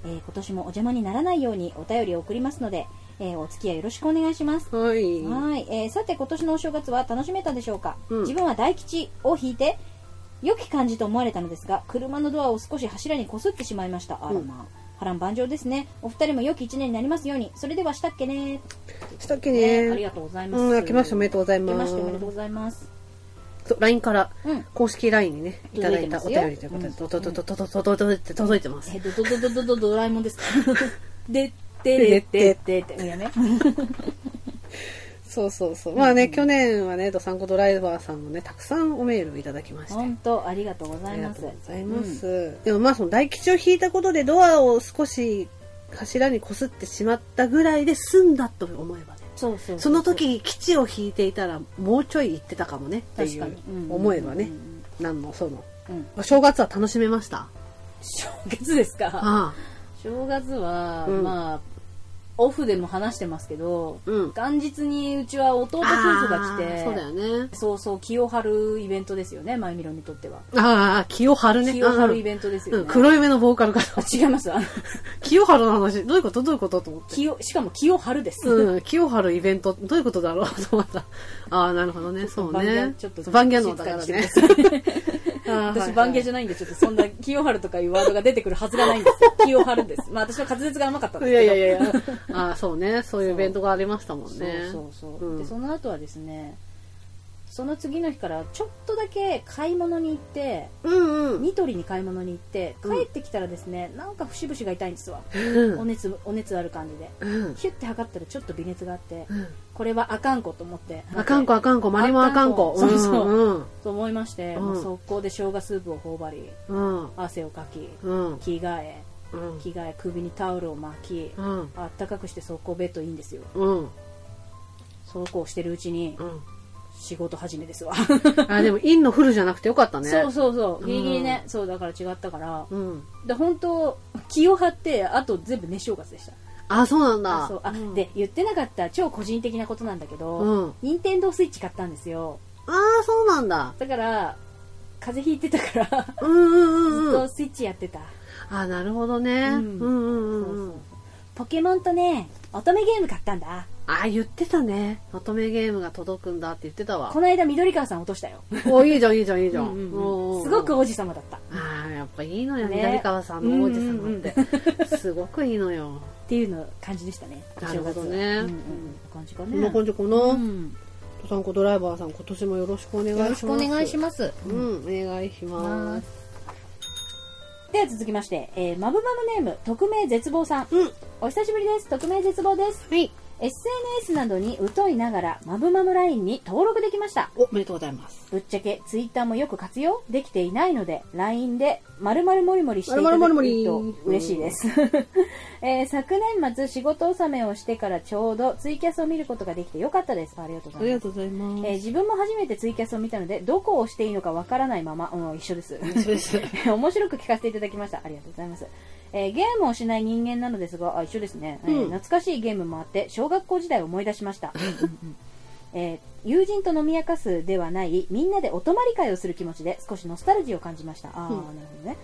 Speaker 2: えー今年もお邪魔にならないようにお便りを送りますので、えーお付き合いよろしくお願いします
Speaker 1: はい。
Speaker 2: はい、えーさて今年のお正月は楽しめたでしょうか、
Speaker 1: うん
Speaker 2: 自分は大吉を引いて良き感じと思われたのですが車のドアを少し柱にこすってしまいましたあら
Speaker 1: うん
Speaker 2: まあ、波乱万丈ですねお二人も良き一年になりますようにそれではしたっけね
Speaker 1: したっけ
Speaker 2: ねあり
Speaker 1: ね。
Speaker 2: がとうございます、
Speaker 1: うん、明けましておめでとうござい
Speaker 2: 明
Speaker 1: ま
Speaker 2: け
Speaker 1: す。
Speaker 2: ましておめでとうございます
Speaker 1: そう LINE から
Speaker 2: うん
Speaker 1: 公式 LINE にね、いただいたお
Speaker 2: 届
Speaker 1: 便
Speaker 2: いてますよ
Speaker 1: りということで、
Speaker 2: うん
Speaker 1: とととととととととって届いてます。
Speaker 2: えドドドドドドドラえもんですかでってれってってってもうやめ
Speaker 1: そうそうそう。まあね、去年はね、ドサンコドライバーさんもね、たくさんおメールをいただきまして。
Speaker 2: 本当ありがとうご
Speaker 1: あ
Speaker 2: ざい
Speaker 1: りが
Speaker 2: ま
Speaker 1: と
Speaker 2: す
Speaker 1: うございます。でもまあその大吉を引いたことでドアを少し柱にこすってしまったぐらいで済んだと思えばね。
Speaker 2: そうそうう
Speaker 1: その時に吉を引いていたらもうちょい行ってたかもねってい
Speaker 2: 確か
Speaker 1: う
Speaker 2: にうん
Speaker 1: 思えばね
Speaker 2: うんうん。
Speaker 1: なんのその。
Speaker 2: うん
Speaker 1: お正月は楽しめました。
Speaker 2: 正月ですか
Speaker 1: ああ。
Speaker 2: 正月は、
Speaker 1: うん
Speaker 2: まあオフでも話してますけど、
Speaker 1: うん
Speaker 2: 元日にうちは弟夫婦が来
Speaker 1: あ
Speaker 2: て
Speaker 1: あそうだよね。
Speaker 2: そうそう気を張るイベントですよねまゆみろにとっては
Speaker 1: ああ、清春ね。
Speaker 2: 気を張るイベントですよ
Speaker 1: う
Speaker 2: ね、
Speaker 1: ん、黒い目のボーカルかと。
Speaker 2: あ違いますあの
Speaker 1: 清春の話、どういうことどういうことと思 って。
Speaker 2: 気をしかも気を張るです、
Speaker 1: うん、清春イベント、どういうことだろうと思った。 ああ、なるほどね。そう
Speaker 2: 番ギャ
Speaker 1: ね。
Speaker 2: ちょっと
Speaker 1: 番ギャのだから
Speaker 2: 静かに
Speaker 1: ね
Speaker 2: し。 てください私
Speaker 1: 私
Speaker 2: 番芸じゃないんでちょっとそんな清春とかいうワードが出てくるはずがないんで すよ気を張るんですまあ私は滑舌が甘かったんです
Speaker 1: い
Speaker 2: け
Speaker 1: や
Speaker 2: ど
Speaker 1: いやいやいや。ああ、そうね。そういうイベントがありましたもんね。
Speaker 2: そうそうそう、
Speaker 1: うん
Speaker 2: でその後はですねその次の日からちょっとだけ買い物に行って
Speaker 1: うんうん。
Speaker 2: ニトリに買い物に行って
Speaker 1: うん
Speaker 2: 帰ってきたらですね、なんか節々が痛いんですわ、
Speaker 1: うん
Speaker 2: お熱お熱ある感じで
Speaker 1: うん。
Speaker 2: ヒュッて測ったらちょっと微熱があって
Speaker 1: うん
Speaker 2: これはあかんこと思って
Speaker 1: あかんこあかんこ、マリもあかんこ。
Speaker 2: あかんこそう そうん
Speaker 1: うん。
Speaker 2: と思いまして、
Speaker 1: うん
Speaker 2: もう速攻で生姜スープを頬張り
Speaker 1: うん。
Speaker 2: 汗をかき
Speaker 1: うん。
Speaker 2: 着替え
Speaker 1: うん。
Speaker 2: 着替え首にタオルを巻き
Speaker 1: うん。
Speaker 2: あったかくして速攻ベッドいいんですよ
Speaker 1: うん。
Speaker 2: そうこうしてるうちに
Speaker 1: うん。
Speaker 2: 仕事始めですわ
Speaker 1: あ、でも、インのフルじゃなくてよかったね。
Speaker 2: そうそうそうギリギリね、そうだから違ったから
Speaker 1: うん。
Speaker 2: で本当気を張ってあと全部寝正月でした
Speaker 1: あ、そうなん
Speaker 2: あ
Speaker 1: だ。
Speaker 2: そうあ、
Speaker 1: ん
Speaker 2: で、言ってなかった超個人的なことなんだけど、
Speaker 1: うん。
Speaker 2: 任天堂スイッチ買ったんですよ
Speaker 1: ああ、そうなんだ。
Speaker 2: だから風邪ひいてたから
Speaker 1: うんうん
Speaker 2: ずっ
Speaker 1: うんう
Speaker 2: と
Speaker 1: ん。
Speaker 2: スイッチやってた、
Speaker 1: あ、なるほどね。う
Speaker 2: うんん
Speaker 1: うん
Speaker 2: そう
Speaker 1: うんう。
Speaker 2: そうんポケモンとね乙女ゲーム買ったんだ
Speaker 1: あ、言ってたね。乙女ゲームが届くんだって言ってたわ
Speaker 2: こ。の間緑川さん落としたよ
Speaker 1: お、いいじゃんいいじゃんいいじ
Speaker 2: う
Speaker 1: ゃん。
Speaker 2: ん
Speaker 1: お
Speaker 2: うん
Speaker 1: うおうお
Speaker 2: うん
Speaker 1: う
Speaker 2: すごく。王子様だったっ
Speaker 1: ああ、やっぱいいのよ、
Speaker 2: ね
Speaker 1: 南川さんの王子様って
Speaker 2: う。
Speaker 1: すごくいいのよ。
Speaker 2: ていうの感じでしたね
Speaker 1: なるほどね
Speaker 2: お正月はうんうん、感じか
Speaker 1: こんな
Speaker 2: ね
Speaker 1: 感じかな。
Speaker 2: うん、
Speaker 1: とさんこドライバーさん、今年もよろしくお願いします。
Speaker 2: よろしくお願いします、
Speaker 1: す。うん、お願いします。
Speaker 2: では続きまして、えー、マブマブネーム匿名絶望さん
Speaker 1: うん、は
Speaker 2: お久しぶりです匿名絶望です
Speaker 1: い。
Speaker 2: SNS などに疎いながらマブマブ LINE に登録できました
Speaker 1: お、おめでとうございます。
Speaker 2: ぶっちゃけ Twitter もよく活用できていないので LINE でまるまるもりもりしていただ
Speaker 1: 丸々
Speaker 2: く
Speaker 1: もり
Speaker 2: と
Speaker 1: もり
Speaker 2: 嬉しい です、えー昨年末仕事納めをしてからちょうどツイキャスを見ることができてよかったですありがとうご
Speaker 1: あ
Speaker 2: ざ
Speaker 1: り
Speaker 2: いま
Speaker 1: が
Speaker 2: す
Speaker 1: とうございます。
Speaker 2: えー自分も初めてツイキャスを見たのでどこを押していいのかわからないまま、うん、一緒です
Speaker 1: そうです。
Speaker 2: 面白く聞かせていただきましたありがとうございます、えーゲームをしない人間なのですがあ一緒ですね、えー
Speaker 1: うん
Speaker 2: 懐かしいゲームもあって小学校時代を思い出し ました、えー友人と飲み明かすではないみんなでお泊まり会をする気持ちで少しノスタルジーを感じましたああ、
Speaker 1: うん
Speaker 2: なるほどね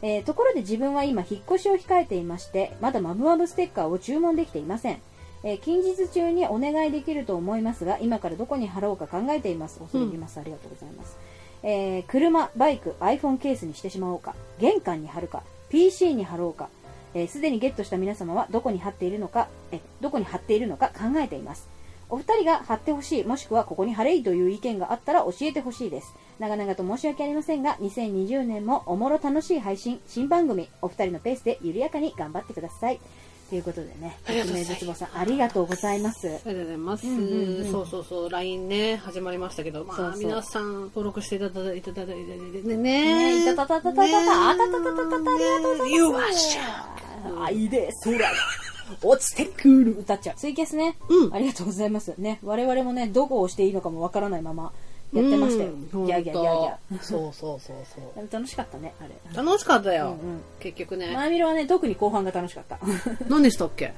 Speaker 2: えーところで自分は今引っ越しを控えていましてまだマブマブステッカーを注文できていません、えー近日中にお願いできると思いますが今からどこに貼ろうか考えています恐れ入ります、ありがとうございます、えー車バイク iPhone ケースにしてしまおうか玄関に貼るか PC に貼ろうかえーすで、にゲットした皆様はどこに貼っているのかえーどこに貼っているのか考えていますお二人が貼ってほしいもしくはここに貼れいという意見があったら教えてほしいです長々と申し訳ありませんが2020年もおもろ楽しい配信新番組お二人のペースで緩やかに頑張ってくださいということでね、
Speaker 1: ありがとうございます
Speaker 2: 絶望さん、ありがとうございます。
Speaker 1: ありがとうございます。
Speaker 2: うんうんうん
Speaker 1: そうそうそう、LINE ね、始まりましたけど、まあ、
Speaker 2: そうそう
Speaker 1: 皆さん登録していただいていただいて、ねね。
Speaker 2: ねいたたたたたたたあたたたたたたありがとうございます
Speaker 1: You are shocked.
Speaker 2: 愛で空が落ちてくる歌っちゃうツイキャスね、
Speaker 1: うん
Speaker 2: ありがとうございますね我々もねどこを押していいのかもわからないままやってましたよ、
Speaker 1: うん
Speaker 2: ギャーギャーギャーギャ
Speaker 1: 本当そうそうそうそ
Speaker 2: ー楽しかったねあれ
Speaker 1: う。楽しかったよ。
Speaker 2: うんうん
Speaker 1: 結局ね。
Speaker 2: マーミルはね特に後半が楽しかった
Speaker 1: 何でしたっ け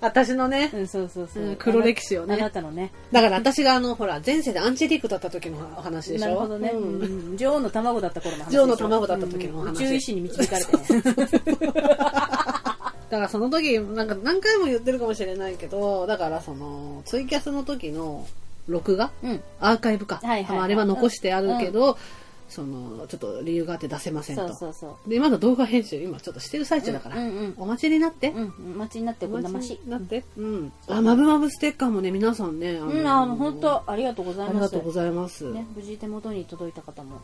Speaker 1: 私のね
Speaker 2: う、んそうそうそう、
Speaker 1: うん黒歴史をね
Speaker 2: あなたのね
Speaker 1: だから私があの、ほら、前世でアンジェリークだった時のお話でしょ
Speaker 2: なるほどね、
Speaker 1: う
Speaker 2: うん
Speaker 1: ん
Speaker 2: うん女王の卵だった頃の話でし
Speaker 1: 女
Speaker 2: ょ
Speaker 1: 王の卵だった時のお話
Speaker 2: うん宇宙医師に導かれてね
Speaker 1: だからその時、なんか何回も言ってるかもしれないけど、だからその、ツイキャスの時の録画
Speaker 2: うん
Speaker 1: アーカイブか。
Speaker 2: はいはいはい
Speaker 1: まああれは残してあるけど、その、ちょっと理由があって出せません
Speaker 2: そ
Speaker 1: と。
Speaker 2: うそうそう
Speaker 1: で、まだ動画編集、今ちょっとしてる最中だから、
Speaker 2: うんうん
Speaker 1: お待ちになって。
Speaker 2: うんうん待ちになって
Speaker 1: お
Speaker 2: こんなま
Speaker 1: 待ち
Speaker 2: し
Speaker 1: になって。うん。あ、まぶまぶステッカーもね、皆さんね、あの
Speaker 2: うん、あの、本当ありがとうござい
Speaker 1: あ
Speaker 2: ます。
Speaker 1: りがとうございます。
Speaker 2: ね、無事手元に届いた方も、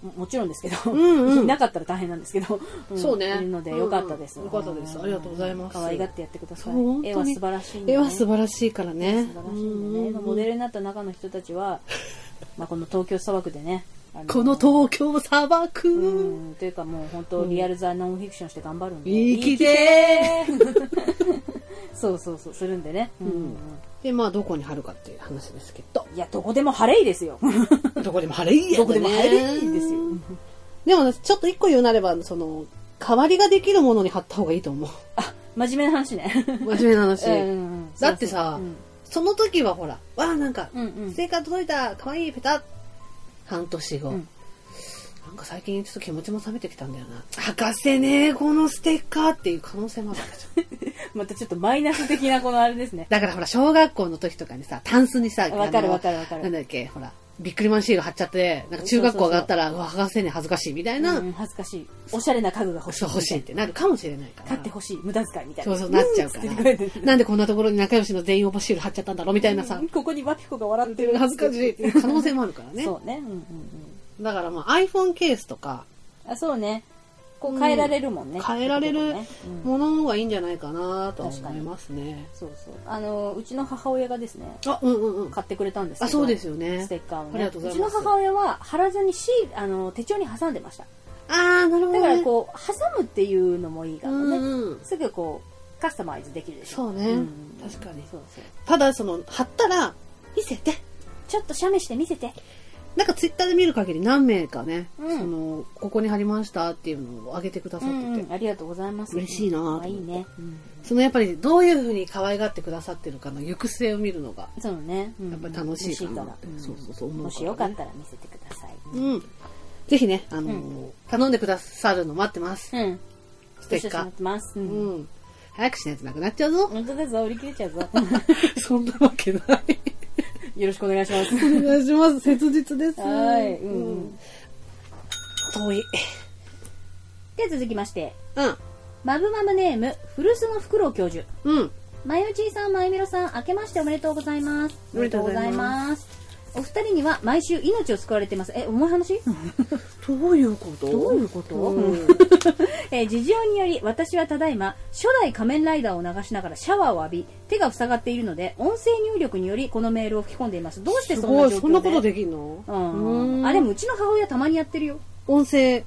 Speaker 2: ももちろんですけ
Speaker 1: ん
Speaker 2: ど、
Speaker 1: うん
Speaker 2: いなかったら大変なんですけど、ん
Speaker 1: そうね
Speaker 2: いるので、よかったです。
Speaker 1: うんうんよかったですありがとうございます
Speaker 2: 可愛がってやってくださ
Speaker 1: そう本当
Speaker 2: い。
Speaker 1: に
Speaker 2: 絵は素晴らしいんで、
Speaker 1: 絵
Speaker 2: ね。
Speaker 1: は素晴らしいからね。
Speaker 2: 素晴らしいんでね。
Speaker 1: うん
Speaker 2: モデルになった中の人た ちは、まあ、この東京砂漠でね、あ
Speaker 1: この東京砂漠、
Speaker 2: うん、というかもう本当リアルザノンフィクションして頑張るんで。
Speaker 1: 生きて
Speaker 2: ー そうそうそう、するんでね。うんうんうん
Speaker 1: で、まあ、どこに貼るかっていう話ですけ ど、
Speaker 2: いや、どこでも晴れいですよ。
Speaker 1: どこでも貼れいいや
Speaker 2: ど
Speaker 1: ん
Speaker 2: こ
Speaker 1: だ
Speaker 2: で
Speaker 1: ね
Speaker 2: も晴れいですよ。
Speaker 1: でもね、ちょっと一個言うなれば、その、代わりができるものに貼った方がいいと思う。
Speaker 2: あ、 真面目な話ね。
Speaker 1: 真面目な話。
Speaker 2: うん
Speaker 1: だってさ
Speaker 2: うん
Speaker 1: その時はほら、わあ、なんか、
Speaker 2: うんうん
Speaker 1: ステッカー届いた、かわいい、ペタッ。半年後、
Speaker 2: うん
Speaker 1: なんか最近ちょっと気持ちも冷めてきたんだよな。博士ね、このステッカーっていう可能性もあるわけじゃん。
Speaker 2: またちょっとマイナス的なこのあれですね。
Speaker 1: だからほら、小学校の時とかにさ、タンスにさ、
Speaker 2: わか
Speaker 1: あ
Speaker 2: る
Speaker 1: の
Speaker 2: わかるわかる
Speaker 1: なんだっけ、ほら、ビックリマンシール貼っちゃって、なんか中学校上がったら、うわ、博士ね、恥ずかしいみたいな、
Speaker 2: うん、恥ずかしい。おしゃれな家具が欲しい。
Speaker 1: そう欲しいってなるかもしれないから。
Speaker 2: 買って欲しい。無駄遣いみたい
Speaker 1: そ
Speaker 2: な。
Speaker 1: うそう、なっちゃうか
Speaker 2: ん
Speaker 1: ら
Speaker 2: つって書いて。る
Speaker 1: なんでこんなところに仲良しの全員オバシール貼っちゃったんだろうみ たいなさ
Speaker 2: う、んここにワピコが笑ってる。
Speaker 1: 恥ずかしいっていう可能性もあるからね。
Speaker 2: そうね。うんうんうん。
Speaker 1: だからまあ iPhone ケースとか
Speaker 2: あ、そうね。こう変えられるもんね。
Speaker 1: 変えられる
Speaker 2: ねうん
Speaker 1: ものの方がいいんじゃないかなとは思いますね。
Speaker 2: そうそう。あの、うちの母親がですね、
Speaker 1: あ、うんうんうん。
Speaker 2: 買ってくれたんですけど。
Speaker 1: あ、そうですよ
Speaker 2: ステ
Speaker 1: ね。
Speaker 2: ッカーをね。
Speaker 1: ありがとうございます
Speaker 2: ちの母親は貼らずにシールあの、手帳に挟んでました。
Speaker 1: あー、なるほ
Speaker 2: だ
Speaker 1: ど
Speaker 2: から
Speaker 1: ね。
Speaker 2: こう、挟むっていうのもいいか
Speaker 1: う
Speaker 2: も
Speaker 1: ん
Speaker 2: ね。
Speaker 1: うん。
Speaker 2: すぐこうカスタマイズできるでしょ
Speaker 1: そうね
Speaker 2: ん
Speaker 1: 確かに
Speaker 2: そうそう
Speaker 1: ただその、貼ったら、見せて。
Speaker 2: ちょっと写メして見せて
Speaker 1: なんかツイッターで見る限り何名かね、
Speaker 2: うん
Speaker 1: その、ここに貼りましたっていうのを上げてくださってて。
Speaker 2: ありがとうございます
Speaker 1: 嬉しいなぁと思っ
Speaker 2: あ
Speaker 1: て
Speaker 2: いいね、うん
Speaker 1: そのやっぱりどういうふうに可愛がってくださってるかの行く末を見るのが、
Speaker 2: そうね、うん
Speaker 1: やっぱり楽しいかな
Speaker 2: 楽しい
Speaker 1: そうそうそう思うからね
Speaker 2: もしよかったら見せてください
Speaker 1: うん。ぜひね、あのー
Speaker 2: う
Speaker 1: 頼んでくださるの待ってます。
Speaker 2: うん
Speaker 1: ス
Speaker 2: ど
Speaker 1: テ
Speaker 2: し
Speaker 1: ッ
Speaker 2: どし
Speaker 1: カー
Speaker 2: 待っ。てます、う
Speaker 1: うんん。早くしないとなくなっちゃう ぞ。
Speaker 2: 本当だぞ売り切れちゃうぞ
Speaker 1: そんなわけない。
Speaker 2: よろしくお願いします
Speaker 1: お願いします。切実です。
Speaker 2: はいうんうん
Speaker 1: 遠い。
Speaker 2: では続きまして
Speaker 1: うん。
Speaker 2: マブマブネーム古巣のフクロウ教授
Speaker 1: うん。
Speaker 2: まゆちーさん、まゆみろさん、明けましておめでとうございます。。
Speaker 1: おめでとうございます
Speaker 2: お二人には毎週命を救われてます。え、重い話
Speaker 1: どういうこと
Speaker 2: どういうこと
Speaker 1: うん
Speaker 2: えー事情により私はただいま初代仮面ライダーを流しながらシャワーを浴び手が塞がっているので音声入力によりこのメールを吹き込んでいます。どうして
Speaker 1: す
Speaker 2: そんな状
Speaker 1: ご
Speaker 2: 況
Speaker 1: い、
Speaker 2: で
Speaker 1: そんなことできんの
Speaker 2: うん。
Speaker 1: うん
Speaker 2: あ、でもうちの母親たまにやってるよ。
Speaker 1: 音声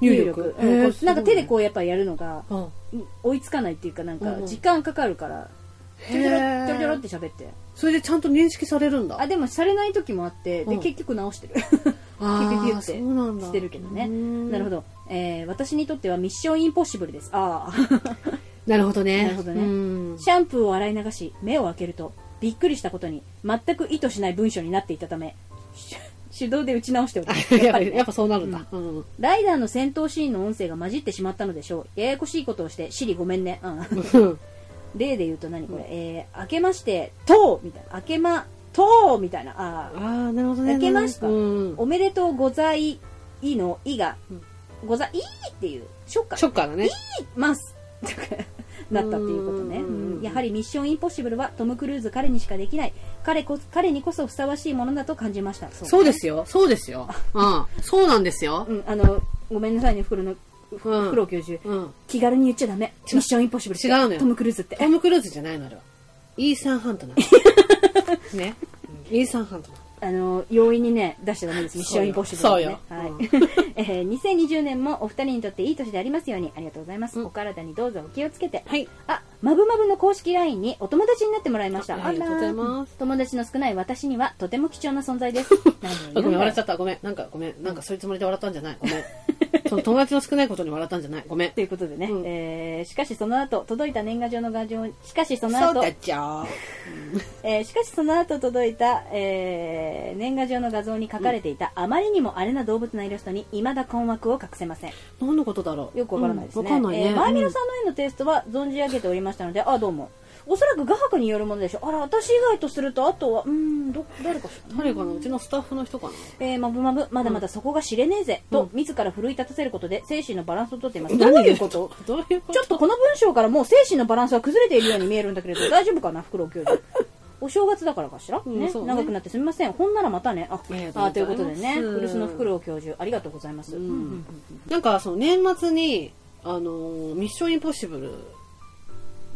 Speaker 1: 入力。
Speaker 2: うん
Speaker 1: へ
Speaker 2: こ
Speaker 1: ー
Speaker 2: うなんか手でこうやっぱやるのが
Speaker 1: すごいうん。
Speaker 2: 追いつかないっていうかなんか
Speaker 1: うん
Speaker 2: 時間かかるから、ちょろちょ
Speaker 1: へ
Speaker 2: ろ
Speaker 1: ー
Speaker 2: ちょろちょろって喋って。
Speaker 1: それでちゃんと認識されるんだ。
Speaker 2: あ、でもされない時もあって、で、
Speaker 1: うん
Speaker 2: 結局直してる。
Speaker 1: あ
Speaker 2: ピュピュピュ
Speaker 1: ー
Speaker 2: って
Speaker 1: そうなんだ
Speaker 2: してるけどね。
Speaker 1: うん
Speaker 2: なるほど。えー私にとってはミッションインポッシブルです。ああ。
Speaker 1: なるほどね。
Speaker 2: なるほど ね
Speaker 1: うん
Speaker 2: シャンプーを洗い流し、目を開けると、びっくりしたことに、全く意図しない文章になっていたため、手動で打ち直しております。
Speaker 1: や
Speaker 2: や
Speaker 1: っ
Speaker 2: っ
Speaker 1: ぱ
Speaker 2: ぱ
Speaker 1: り、
Speaker 2: り
Speaker 1: や
Speaker 2: ね
Speaker 1: っぱそうなるんだ。うん。
Speaker 2: ライダーの戦闘シーンの音声が混じってしまったのでしょう。ややこしいことをして、シリごめんね。うん。例で言うと何これ、えー、明けまして、とうみたいな。明けま、とうみたいな。あ
Speaker 1: あ
Speaker 2: あ。
Speaker 1: あ、なるほどね。
Speaker 2: 明けました
Speaker 1: うん。
Speaker 2: おめでとうござい、いの、いが
Speaker 1: うん、
Speaker 2: ござい、いっていう、ショッカー
Speaker 1: ショッカーだね。
Speaker 2: ますとかなったっていうことね
Speaker 1: うんうんうん
Speaker 2: やはりミッションインポッシブルはトム・クルーズ彼にしかできない彼こ彼にこそふさわしいものだと感じましたそう
Speaker 1: そうですよ。そうですよ。うん。そうなんですよ
Speaker 2: う。んあのごめんなさいね袋の
Speaker 1: うん
Speaker 2: 黒教授、
Speaker 1: うん。
Speaker 2: 気軽に言っちゃダメ。ミッションインポッシブルって
Speaker 1: 違うのよ
Speaker 2: トム・クルーズって。
Speaker 1: トム・クルーズじゃないの、あれは。イーサン・ハントな の。ね。イーサン・ハントなの。
Speaker 2: あの、容易にね、出しちゃダメです。ミッションインポッシブル、ね。
Speaker 1: そうよ
Speaker 2: はい。
Speaker 1: そ
Speaker 2: えー2020年もお二人にとっていい年でありますように、ありがとうございます。
Speaker 1: うん
Speaker 2: お体にどうぞお気をつけて。
Speaker 1: はい。
Speaker 2: あ、まぶまぶの公式 LINE にお友達になってもらいました。
Speaker 1: あありがとうございます
Speaker 2: あらー友達の少ない私にはとても貴重な存在 です。何を
Speaker 1: あごめ
Speaker 2: 言う
Speaker 1: ん、
Speaker 2: んだ
Speaker 1: 笑
Speaker 2: よ
Speaker 1: っちゃった。ごめん。なんか、ごめん。なんか、そういうつもりで笑ったんじゃない。ごめ ん。その友達の少ないことに笑ったんじゃない。ごめん
Speaker 2: と。いうことでね、
Speaker 1: うん
Speaker 2: えーしかしその後、届いた年賀状の画像、しかしその
Speaker 1: そう
Speaker 2: 後
Speaker 1: だ、っちゃー。
Speaker 2: えーしかしその後届いた、えー年賀状の画像に書かれていた、あまりにもあれな動物なイラストに未だ困惑を隠せません。
Speaker 1: 何のことだろう。
Speaker 2: よくわからないですね。
Speaker 1: うんわかんないね。
Speaker 2: えー前見ろさんの絵のテイストは存じ上げておりましたので、あ、どうも。おそらく画伯によるものでしょう。あら、私以外とすると、あとは、うーん、ど、誰かしら
Speaker 1: うん。誰かのうちのスタッフの人かな。
Speaker 2: えー、まぶまぶ、まだまだそこが知れねえぜ、と、自ら奮い立たせることで精神のバランスをとっています。どういうこと
Speaker 1: どういうこと
Speaker 2: ちょっとこの文章からもう精神のバランスは崩れているように見えるんだけれど、大丈夫かな、フクロウ 教授。お正月だからかしら、
Speaker 1: うん
Speaker 2: ね
Speaker 1: そうね
Speaker 2: 長くなってすみません。ほんならまたね。あ、
Speaker 1: ありがとうございます
Speaker 2: あということでね、古巣のフクロウ教授、ありがとうございます。
Speaker 1: うん
Speaker 2: うんうんうん
Speaker 1: なんかその年末にあのーミッションインポッシブル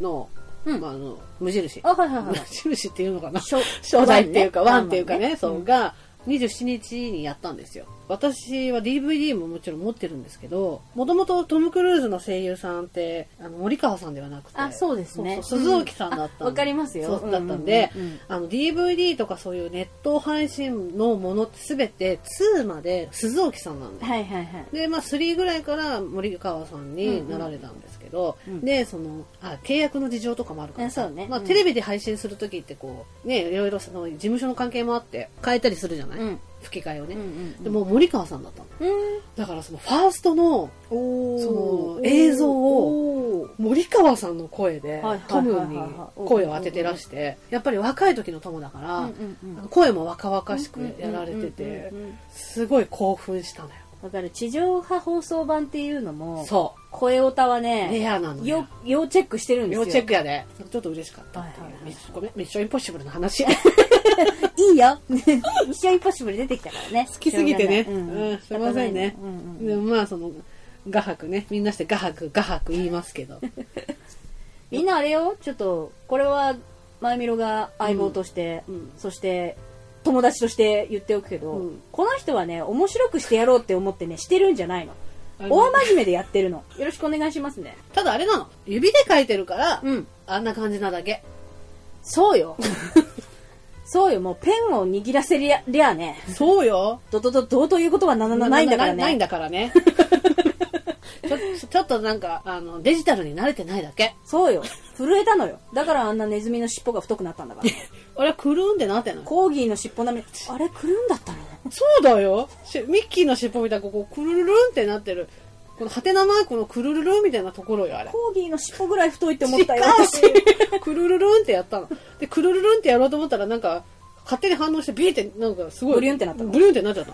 Speaker 1: の,、
Speaker 2: うん
Speaker 1: まあ、あの無印
Speaker 2: あ、はいはいは
Speaker 1: 無
Speaker 2: い。
Speaker 1: 印っていうのかな
Speaker 2: 初
Speaker 1: 初代っていうかワンっていうかね
Speaker 2: ワンワン
Speaker 1: そうが27日にやったんですよ私は DVD ももちろん持ってるんですけどもともとトム・クルーズの声優さんってあの森川さんではなくて
Speaker 2: あそうですね
Speaker 1: そうそう鈴木さんだったんで
Speaker 2: うんあわかりますよ
Speaker 1: そうだったんで、
Speaker 2: うんうんうんうん
Speaker 1: あの DVD とかそういうネット配信のものって全て2まで鈴木さんなんですよ
Speaker 2: はいはいはい。
Speaker 1: で、まあ、3ぐらいから森川さんになられたんですけど、
Speaker 2: うんうん
Speaker 1: でそのあ契約の事情とかもあるからさ
Speaker 2: あそうね
Speaker 1: まあ
Speaker 2: うん
Speaker 1: テレビで配信する時ってこうねいろいろその事務所の関係もあって変えたりするじゃない、
Speaker 2: うん
Speaker 1: 吹き替えをね、
Speaker 2: うんうんうん
Speaker 1: でもう森川さんだったの
Speaker 2: うん。
Speaker 1: だからそのファーストの
Speaker 2: お
Speaker 1: その映像
Speaker 2: を、
Speaker 1: 森川さんの声で
Speaker 2: はいはいはいはい
Speaker 1: トムに声を当ててらしてやっぱり若い時のトムだから、あの声も若々しくやられてて、
Speaker 2: うんうんうんうん
Speaker 1: すごい興奮したのよ
Speaker 2: わかる地上波放送版っていうのも
Speaker 1: そ
Speaker 2: 声オタは
Speaker 1: うレ
Speaker 2: ね
Speaker 1: アなのよ
Speaker 2: 要要チェックしてるんですよ
Speaker 1: 要チェックやで。ちょっと嬉しかったっていう
Speaker 2: はいはいはい
Speaker 1: ミッションごめん、ミッションインポッシブルの 話。好
Speaker 2: いいよ 一緒インポッシブル出てきたからね好
Speaker 1: きすぎてね。
Speaker 2: う
Speaker 1: うんん、すいませんね
Speaker 2: 仕方ないうん。うん
Speaker 1: でもまあ、その、画伯ね。みんなして画伯、画伯言います けど。
Speaker 2: みんなあれよちょっとこれは前みろが相棒として、
Speaker 1: うんうん
Speaker 2: そして友達として言っておくけど、
Speaker 1: うん
Speaker 2: この人はね面白くしてやろうって思ってねしてるんじゃないの
Speaker 1: あの
Speaker 2: 大真面目でやってるのよろしくお願いしますね
Speaker 1: ただあれなの。指で描いてるから、
Speaker 2: うん
Speaker 1: あんな感じなだけ。
Speaker 2: そうよそうよもうペンを握らせりゃりゃあね
Speaker 1: そうよ。
Speaker 2: どどどどうということはなななないんだからね
Speaker 1: ないんだから ね。ちょちょっとなんか、あの、デジタルに慣れてないだけ。
Speaker 2: そうよ震えたのよだからあんなネズミの尻尾が太くなったんだから
Speaker 1: 俺はくるんでなってない。
Speaker 2: コーギーの尻尾並みあれくるんだったの
Speaker 1: そうだよ。しミッキーの尻尾みたいにここ、くるるるんってなってる。このハテナマークのくるるるんみたいなところよ、あれ。
Speaker 2: コーギーの尻尾ぐらい太いって思ったよ 私
Speaker 1: 違うくるるるんってやったのでくるるるんってやろうと思ったらなんか勝手に反応してビーってなんかすごい
Speaker 2: ブリュンってなったの
Speaker 1: ブリュンってなっちゃっ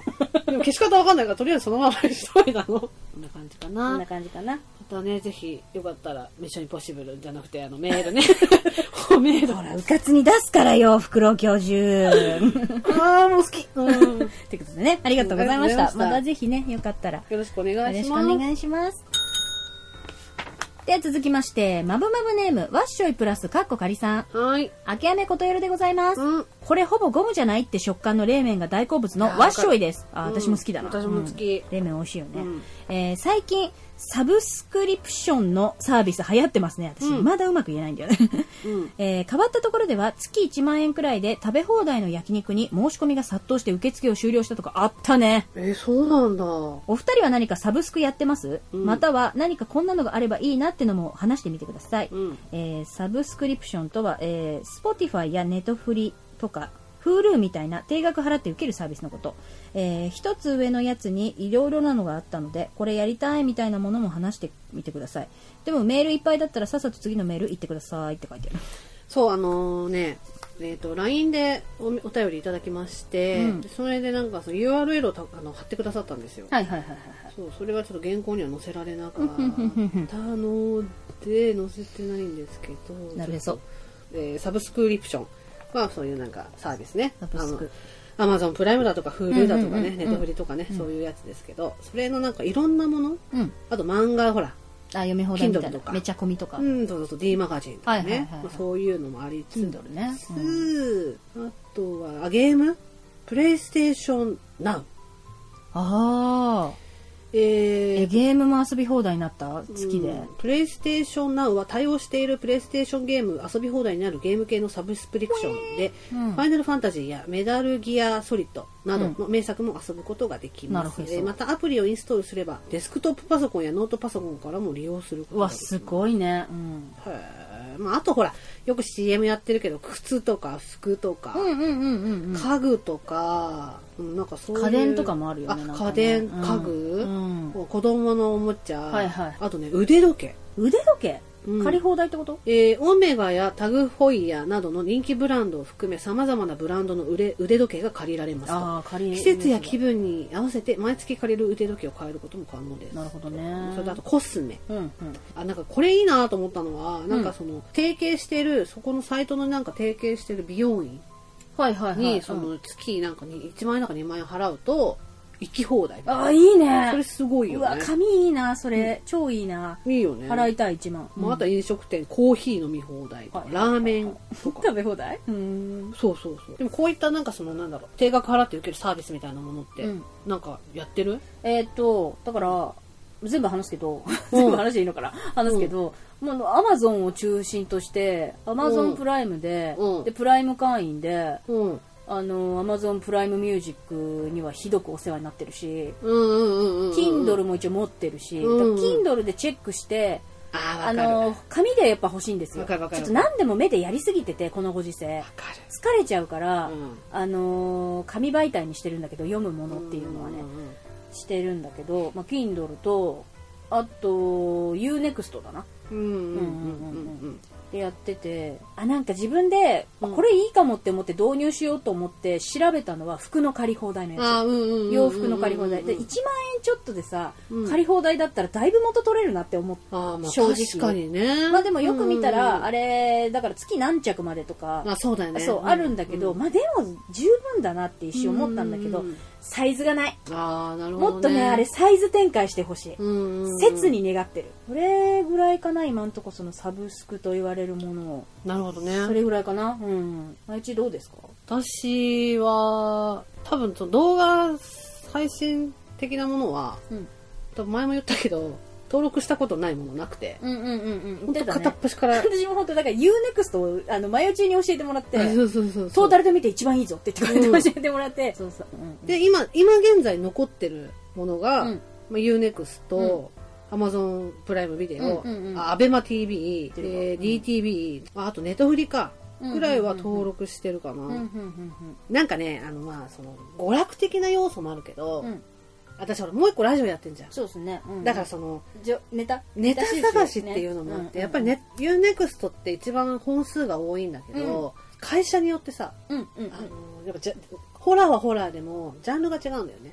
Speaker 1: たでも消し方わかんないからとりあえずそのままにしといたのこんな感じか
Speaker 2: こん
Speaker 1: な
Speaker 2: な
Speaker 1: ま
Speaker 2: 感じかな
Speaker 1: たねぜひよかったら「ミッションインポッシブル」じゃなくてあのメー ルねメール
Speaker 2: ほら、うかつに出すからよ、フクロウ教 授。
Speaker 1: ああもう好き、うんよ
Speaker 2: ってことでね、ありがとうござい
Speaker 1: ありがとうございま
Speaker 2: ました。
Speaker 1: した
Speaker 2: またぜひね、よかったら、よ
Speaker 1: ろしくお願い
Speaker 2: ろ
Speaker 1: し
Speaker 2: しくお
Speaker 1: ます
Speaker 2: 願いします。では続きまして、まぶまぶネーム、ワッショイプラス、カッコカリさん。
Speaker 1: はい
Speaker 2: 明けあめことよろでございます。
Speaker 1: うん
Speaker 2: これほぼゴムじゃないって食感の冷麺が大好物の
Speaker 1: あー
Speaker 2: ワッショイです。あー、
Speaker 1: うん
Speaker 2: 私も好きだな。
Speaker 1: 私も好き
Speaker 2: うん冷麺美味しいよね。
Speaker 1: うん
Speaker 2: えー最近、サブスクリプションのサービス流行ってますね。私、
Speaker 1: うん
Speaker 2: まだうまく言えないんだよね。
Speaker 1: うん
Speaker 2: えー変わったところでは月1万円くらいで食べ放題の焼肉に申し込みが殺到して受付を終了したとかあったね。
Speaker 1: えーそうなんだ
Speaker 2: お二人は何かサブスクやってます、
Speaker 1: うん
Speaker 2: または何かこんなのがあればいいなってのも話してみてください。
Speaker 1: うん
Speaker 2: えーサブスクリプションとは、えー、Spotify やネットフリとか Hulu みたいな定額払って受けるサービスのこと、えー一つ上のやつにいろいろなのがあったのでこれやりたいみたいなものも話してみてくださいでもメールいっぱいだったらさっさと次のメール行ってくださいって書いてある
Speaker 1: そうあのねえー、と LINE でおお便りいただきまして、
Speaker 2: うん
Speaker 1: でそれでなんかその URL をたあの貼ってくださったんですよ、
Speaker 2: はいはいはいはい
Speaker 1: そうそれはちょっと原稿には載せられなかっ
Speaker 2: うんうんうんうん
Speaker 1: たので載せてないんですけど
Speaker 2: なるへそ
Speaker 1: ちょっとえーサブスクリプションまあそういうなんかサービスね
Speaker 2: サブスク
Speaker 1: あのアマゾンプライムだとか Hulu だとか
Speaker 2: うんうんうん
Speaker 1: ね、
Speaker 2: うん
Speaker 1: ネットフリとかね、そういうやつですけど、それのなんかいろんなもの、
Speaker 2: うん。
Speaker 1: あと漫画、ほら、
Speaker 2: あ、読み放題みたい
Speaker 1: Kindle と
Speaker 2: な。
Speaker 1: か
Speaker 2: めちゃ込みとか。
Speaker 1: うん、そうそうそう、D マガジンとか
Speaker 2: はいはいはい
Speaker 1: ね
Speaker 2: はい、
Speaker 1: まあそういうのもありつ
Speaker 2: Kindle ね。
Speaker 1: つ、
Speaker 2: うん
Speaker 1: あとは、あゲームプレイステーション Now。
Speaker 2: ああ。
Speaker 1: え
Speaker 2: え、
Speaker 1: ー
Speaker 2: ゲームも遊び放題になった月で。
Speaker 1: うんプレイステーション Now は対応しているプレイステーションゲーム遊び放題になるゲーム系のサブスクリプションで、
Speaker 2: うん
Speaker 1: ファイナルファンタジーやメダルギアソリッドなどの名作も遊ぶことができま
Speaker 2: う
Speaker 1: す、
Speaker 2: んなるほど
Speaker 1: またアプリをインストールすればデスクトップパソコンやノートパソコンからも利用するこ
Speaker 2: う
Speaker 1: とが
Speaker 2: わ、
Speaker 1: できます
Speaker 2: ごいね。うん。
Speaker 1: へーまあ、あとほらよく CM やってるけど靴とか服とか、
Speaker 2: うんうんうんうんうん。
Speaker 1: 家具とか、うん、なんかそういう
Speaker 2: 家電とかもあるよねなんかね
Speaker 1: 家電
Speaker 2: うん
Speaker 1: 家具、
Speaker 2: うん
Speaker 1: 子供のおもちゃ、
Speaker 2: はいはい
Speaker 1: あとね腕時計
Speaker 2: 腕時計
Speaker 1: うん
Speaker 2: 借り放題ってこと
Speaker 1: えーオメガやタグホイヤーなどの人気ブランドを含めさまざまなブランドの腕腕時計が借りられますと
Speaker 2: ああ、借り
Speaker 1: 季節や気分に合わせて毎月借りる腕時計を変えることも可能です
Speaker 2: なるほどね。
Speaker 1: それとあとコスメ
Speaker 2: うんうん。
Speaker 1: あなんかこれいいなと思ったのはなんかその、提携してるそこのサイトのなんか提携してる美容院
Speaker 2: はいはいはい。
Speaker 1: に、
Speaker 2: うん
Speaker 1: その月なんかに1万円なんか2万円払うと行き放題
Speaker 2: ああ、いいね。
Speaker 1: それすごいよ
Speaker 2: うわ、
Speaker 1: ね
Speaker 2: 髪いいな、それ。超いいな。
Speaker 1: いいよね
Speaker 2: 払いたい1万。
Speaker 1: まあ、あとは飲食店コーヒー飲み放題とか
Speaker 2: はい
Speaker 1: ラーメンとか
Speaker 2: 食べ放題うん。
Speaker 1: そうそうそうでもこういったなんかそのなんだろう定額払って受けるサービスみたいなものって、
Speaker 2: うん
Speaker 1: なんかやってる
Speaker 2: えーっと、だから、全部話すけど、全部話でいいのかな話すけど、もうアマゾンを中心として、アマゾ
Speaker 1: う
Speaker 2: ン
Speaker 1: ん
Speaker 2: プライムで、
Speaker 1: うん
Speaker 2: で、プライム会員で、
Speaker 1: うんうん
Speaker 2: あの、アマゾンプライムミュージックにはひどくお世話になってるし、
Speaker 1: うんうんうん
Speaker 2: Kindle も一応持ってるし、だか
Speaker 1: うん
Speaker 2: ら Kindle でチェックして、
Speaker 1: あ
Speaker 2: あ
Speaker 1: あ分かるわ
Speaker 2: の、紙でやっぱ欲しいんですよ。
Speaker 1: わかるわかる
Speaker 2: ちょっと何でも目でやりすぎてて、このご時世。
Speaker 1: かる
Speaker 2: 疲れちゃうから、
Speaker 1: うん
Speaker 2: あのー紙媒体にしてるんだけど読むものっていうのはね、
Speaker 1: んんん
Speaker 2: してるんだけど、まあ、Kindle とあと UNEXT だな
Speaker 1: うんうんうんうん
Speaker 2: でやっててあなんか自分で、あ
Speaker 1: うん
Speaker 2: これいいかもって思って導入しようと思って調べたのは服の借り放題の
Speaker 1: うんあー
Speaker 2: や
Speaker 1: うんうんうんうんうん
Speaker 2: つ洋服の借り放題で1万円ちょっとでさ、借り放題だったらだいぶ元取れるなって思って。
Speaker 1: あーまあ
Speaker 2: 正直
Speaker 1: 確かにね
Speaker 2: まあでもよく見たら、
Speaker 1: うん
Speaker 2: あれだから月何着までとか、
Speaker 1: まあそうだよね
Speaker 2: そうあるんだけど、
Speaker 1: う
Speaker 2: まあでも十分だなって一瞬思ったんだけど、
Speaker 1: うう
Speaker 2: サイズがない
Speaker 1: ああなるほど、ね、
Speaker 2: もっとねあれサイズ展開してほしい、
Speaker 1: うんうんうん
Speaker 2: 切に願ってるこれぐらいかな今んとこそのサブスクと言われるものを
Speaker 1: なるほど
Speaker 2: そ
Speaker 1: ね
Speaker 2: れぐらいかなうん毎日どうですか
Speaker 1: 私は多分その動画配信的なものは
Speaker 2: うん
Speaker 1: 多分前も言ったけど登録したことないものなくて
Speaker 2: うんうんうんうん
Speaker 1: 本当
Speaker 2: 言ってた
Speaker 1: 片っ
Speaker 2: ね
Speaker 1: 端から、
Speaker 2: 私も本当だから UNEXT をあの前打ちに教えてもらって
Speaker 1: あ そうそうそう
Speaker 2: ト
Speaker 1: そ
Speaker 2: ー
Speaker 1: う
Speaker 2: タルで見て一番いいぞって言ってく
Speaker 1: う
Speaker 2: れ
Speaker 1: ん
Speaker 2: て教えてもらって、そうそう、うん、
Speaker 1: で今今現在残ってるものが、
Speaker 2: うん
Speaker 1: まあ、UNEXT と、Amazon プライムビデオ、
Speaker 2: うんうんうん
Speaker 1: あ ABEMATV、
Speaker 2: てるわ
Speaker 1: で
Speaker 2: うん
Speaker 1: DTV、ああとネットフリかぐらいは登録してるかな、
Speaker 2: うんうんうん
Speaker 1: なんかね、あのまあ、その、娯楽的な要素もあるけど、
Speaker 2: うんうん
Speaker 1: 私ほら、もう一個ラジオやってんじゃん。
Speaker 2: そうですね、うん
Speaker 1: だからその、
Speaker 2: じゃネタ
Speaker 1: ネタ探しっていうのもあって、やっぱり、ね、UNEXT って一番本数が多いんだけど、会社によってさ、
Speaker 2: うんうんうん
Speaker 1: あの、やっぱじゃ、ホラーはホラーでも、ジャンルが違うんだよね。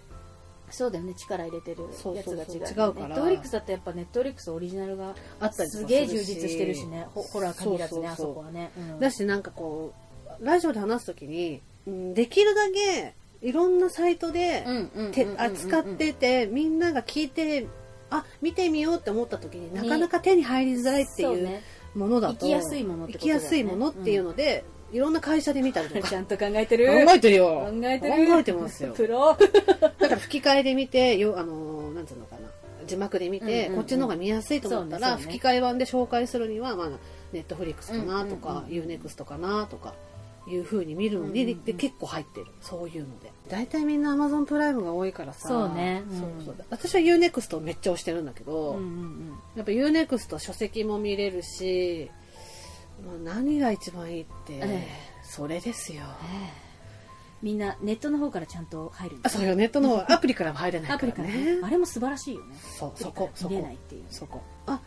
Speaker 2: そうだよね力入れてる
Speaker 1: そう
Speaker 2: や
Speaker 1: そ
Speaker 2: つ
Speaker 1: う
Speaker 2: が違う,、
Speaker 1: そう違うから
Speaker 2: ネットフリックスだってやっぱネットフリックスオリジナルが
Speaker 1: あったりとか
Speaker 2: す
Speaker 1: る
Speaker 2: げえ充実してるしねほホラー限らずね
Speaker 1: そうそうそう
Speaker 2: あそこはね、うん
Speaker 1: だし、なんかこう、ラジオで話すときに、うんできるだけ、いろんなサイトで、
Speaker 2: うんうんうんうん
Speaker 1: て扱っててみんなが聞いてあ見てみようって思った時になかなか手に入りづらいって
Speaker 2: そう
Speaker 1: いう
Speaker 2: ね
Speaker 1: ものだと
Speaker 2: 行きやすいものって
Speaker 1: 行き
Speaker 2: ことだよ
Speaker 1: や
Speaker 2: ね
Speaker 1: すいものっていうので、いろんな会社で見た りとか
Speaker 2: ち
Speaker 1: 考
Speaker 2: ゃんと考えてる
Speaker 1: えてるよ
Speaker 2: 考えてる
Speaker 1: 考えてますよ
Speaker 2: プロ
Speaker 1: だから吹き替えで見てよあのーなんつうのかな字幕で見て、
Speaker 2: うんうんうん
Speaker 1: こっちの方が見やすいと思ったら、
Speaker 2: そうねそうね
Speaker 1: 吹き替え版で紹介するにはまあネットフリックスかなと
Speaker 2: うんうん
Speaker 1: か、
Speaker 2: うん
Speaker 1: ユーネクストかなとかいう風に見るのに、
Speaker 2: うんうんうん
Speaker 1: で結構入ってるそういうので大体みんなアマゾンプライムが多いからさ
Speaker 2: そうねうん
Speaker 1: そうそう私はユーネクストめっちゃ押してるんだけど、
Speaker 2: うんうん
Speaker 1: やっぱユーネクスト書籍も見れるし、まあ、何が一番いいって、
Speaker 2: ええ
Speaker 1: それですよ
Speaker 2: ええみんなネットの方からちゃんと入るん
Speaker 1: あ
Speaker 2: だ
Speaker 1: そうよネットの方アプリからも入れない
Speaker 2: アプ
Speaker 1: か
Speaker 2: リ
Speaker 1: ら
Speaker 2: から
Speaker 1: ね
Speaker 2: ねあれも素晴らしいよね
Speaker 1: そうそこそ
Speaker 2: 見れ
Speaker 1: こ
Speaker 2: ないっていう
Speaker 1: そこあ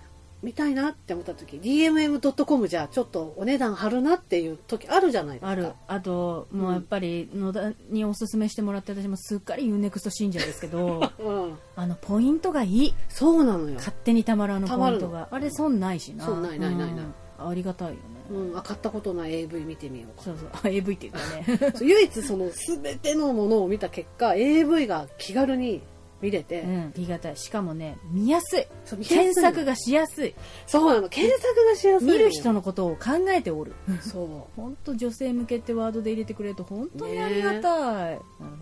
Speaker 1: 見たいなって思った時 DMM.com じゃちょっとお値段張るなっていう時あるじゃないですか
Speaker 2: あるあともうやっぱり野田におすすめしてもらって私もすっかりユーネクスト信者ですけ ど
Speaker 1: うん
Speaker 2: あのポイントがいい
Speaker 1: そうなのよ
Speaker 2: 勝手にたまるあのポイント
Speaker 1: たま
Speaker 2: があれ損ないしな
Speaker 1: 損ないないないない
Speaker 2: うんありがたいよね
Speaker 1: うん、あ買ったことない AV 見てみよう
Speaker 2: そうそう。あ AV って言った ね。
Speaker 1: か そう唯一その全てのものを見た結果 AV が気軽に見れて、
Speaker 2: うん。言い難い。しかもね、見やすい。
Speaker 1: そう見やすい
Speaker 2: 検索がしやすい。
Speaker 1: そうなの検索がしやすいの
Speaker 2: 見
Speaker 1: よ
Speaker 2: る人のことを考えておる。
Speaker 1: そ
Speaker 2: ほんと女性向けってワードで入れてくれると本当にありがたい。
Speaker 1: う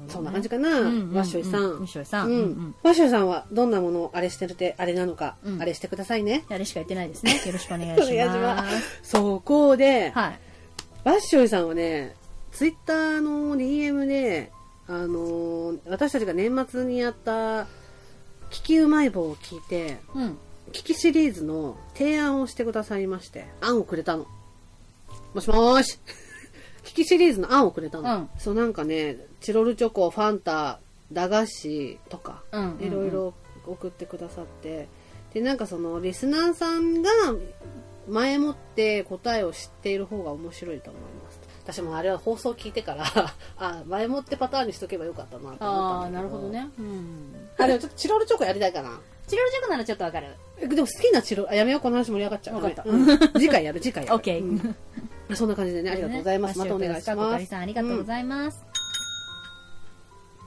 Speaker 1: そんな感じかな、わっしょいさ
Speaker 2: わっ
Speaker 1: ん
Speaker 2: しょいさん。
Speaker 1: う
Speaker 2: うん
Speaker 1: ん
Speaker 2: うん。
Speaker 1: わっしょいさんはどんなものをあれしてるってあれなのか、
Speaker 2: うん
Speaker 1: あれしてくださいね
Speaker 2: あれしか言ってないですね。よろしくお願い
Speaker 1: お
Speaker 2: し
Speaker 1: 願いし
Speaker 2: ま。
Speaker 1: ますそこで、
Speaker 2: はい。
Speaker 1: バッショイさんはね、ツイッターの DM で、あのー私たちが年末にやった、聞きうまい棒を聞いて、
Speaker 2: うん。
Speaker 1: 聞きシリーズの提案をしてくださいまして、案をくれたの。もしもーし 聞きシリーズの案をくれたの。
Speaker 2: うん
Speaker 1: そうなんかね、チロルチョコ、ファンタ、駄菓子とか、
Speaker 2: うん。
Speaker 1: いろいろ送ってくださって、で、なんかその、リスナーさんが前もって答えを知っている方が面白いと思います。私もあれは放送聞いてから、 あ、前もってパターンにしとけばよかったなと思ったんだけど。
Speaker 2: ああ、なるほど。ね。うん。
Speaker 1: あ、でもちょっとチロルチョコやりたいかな。
Speaker 2: チロルチョコならちょっとわかる。
Speaker 1: えでも好きなチロル、あ、やめよう、この話盛り上がっちゃう。
Speaker 2: わかった
Speaker 1: うん次回やる、次回やる。
Speaker 2: オッケー
Speaker 1: うんそんな感じでね、ありがとうございます。ま
Speaker 2: ね
Speaker 1: たお願いし
Speaker 2: ラッシュプラスかこ
Speaker 1: ま
Speaker 2: か
Speaker 1: す
Speaker 2: り。さん、ありがとうございます。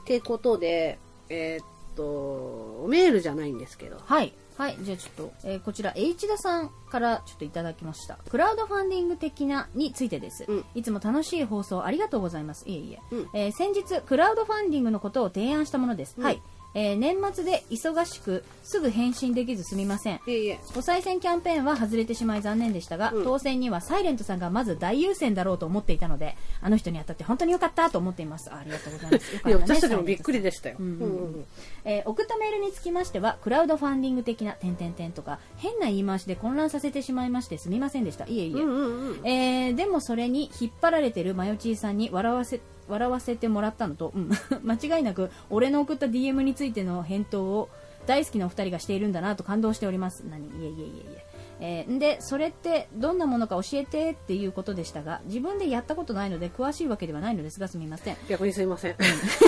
Speaker 1: ってことで、えーっと、メールじゃないんですけど、
Speaker 2: はい。はい。じゃあちょっと、えーこちら、H 田さんからちょっといただきました。クラウドファンディング的なについてです。
Speaker 1: うん
Speaker 2: いつも楽しい放送ありがとうございます。いえいえ。
Speaker 1: うん
Speaker 2: えー先日、クラウドファンディングのことを提案したものです。
Speaker 1: うん
Speaker 2: はい。えー年末で忙しく、すぐ返信できずすみません。
Speaker 1: いえいえ、
Speaker 2: お賽銭キャンペーンは外れてしまい残念でしたが、
Speaker 1: うん
Speaker 2: 当選にはサイレントさんがまず大優先だろうと思っていたので、あの人に当たって本当に良かったと思っています。ありがとうございます。よか
Speaker 1: いや
Speaker 2: ったね
Speaker 1: 私たちもびっくりでしたよ。
Speaker 2: うんうんうん
Speaker 1: うんうん
Speaker 2: えー送ったメールにつきましてはクラウドファンディング的な点々点とか変な言い回しで混乱させてしまいましてすみませんでしたいえいえ、
Speaker 1: うんうんうん
Speaker 2: えーでもそれに引っ張られてるマヨチーさんに笑わせ笑わせてもらったのと、うん 間違いなく俺の送った DM についての返答を大好きなお二人がしているんだなと感動しております何いえいえいえいええーんでそれってどんなものか教えてっていうことでしたが自分でやったことないので詳しいわけではないのですがすみません
Speaker 1: 逆にすいません。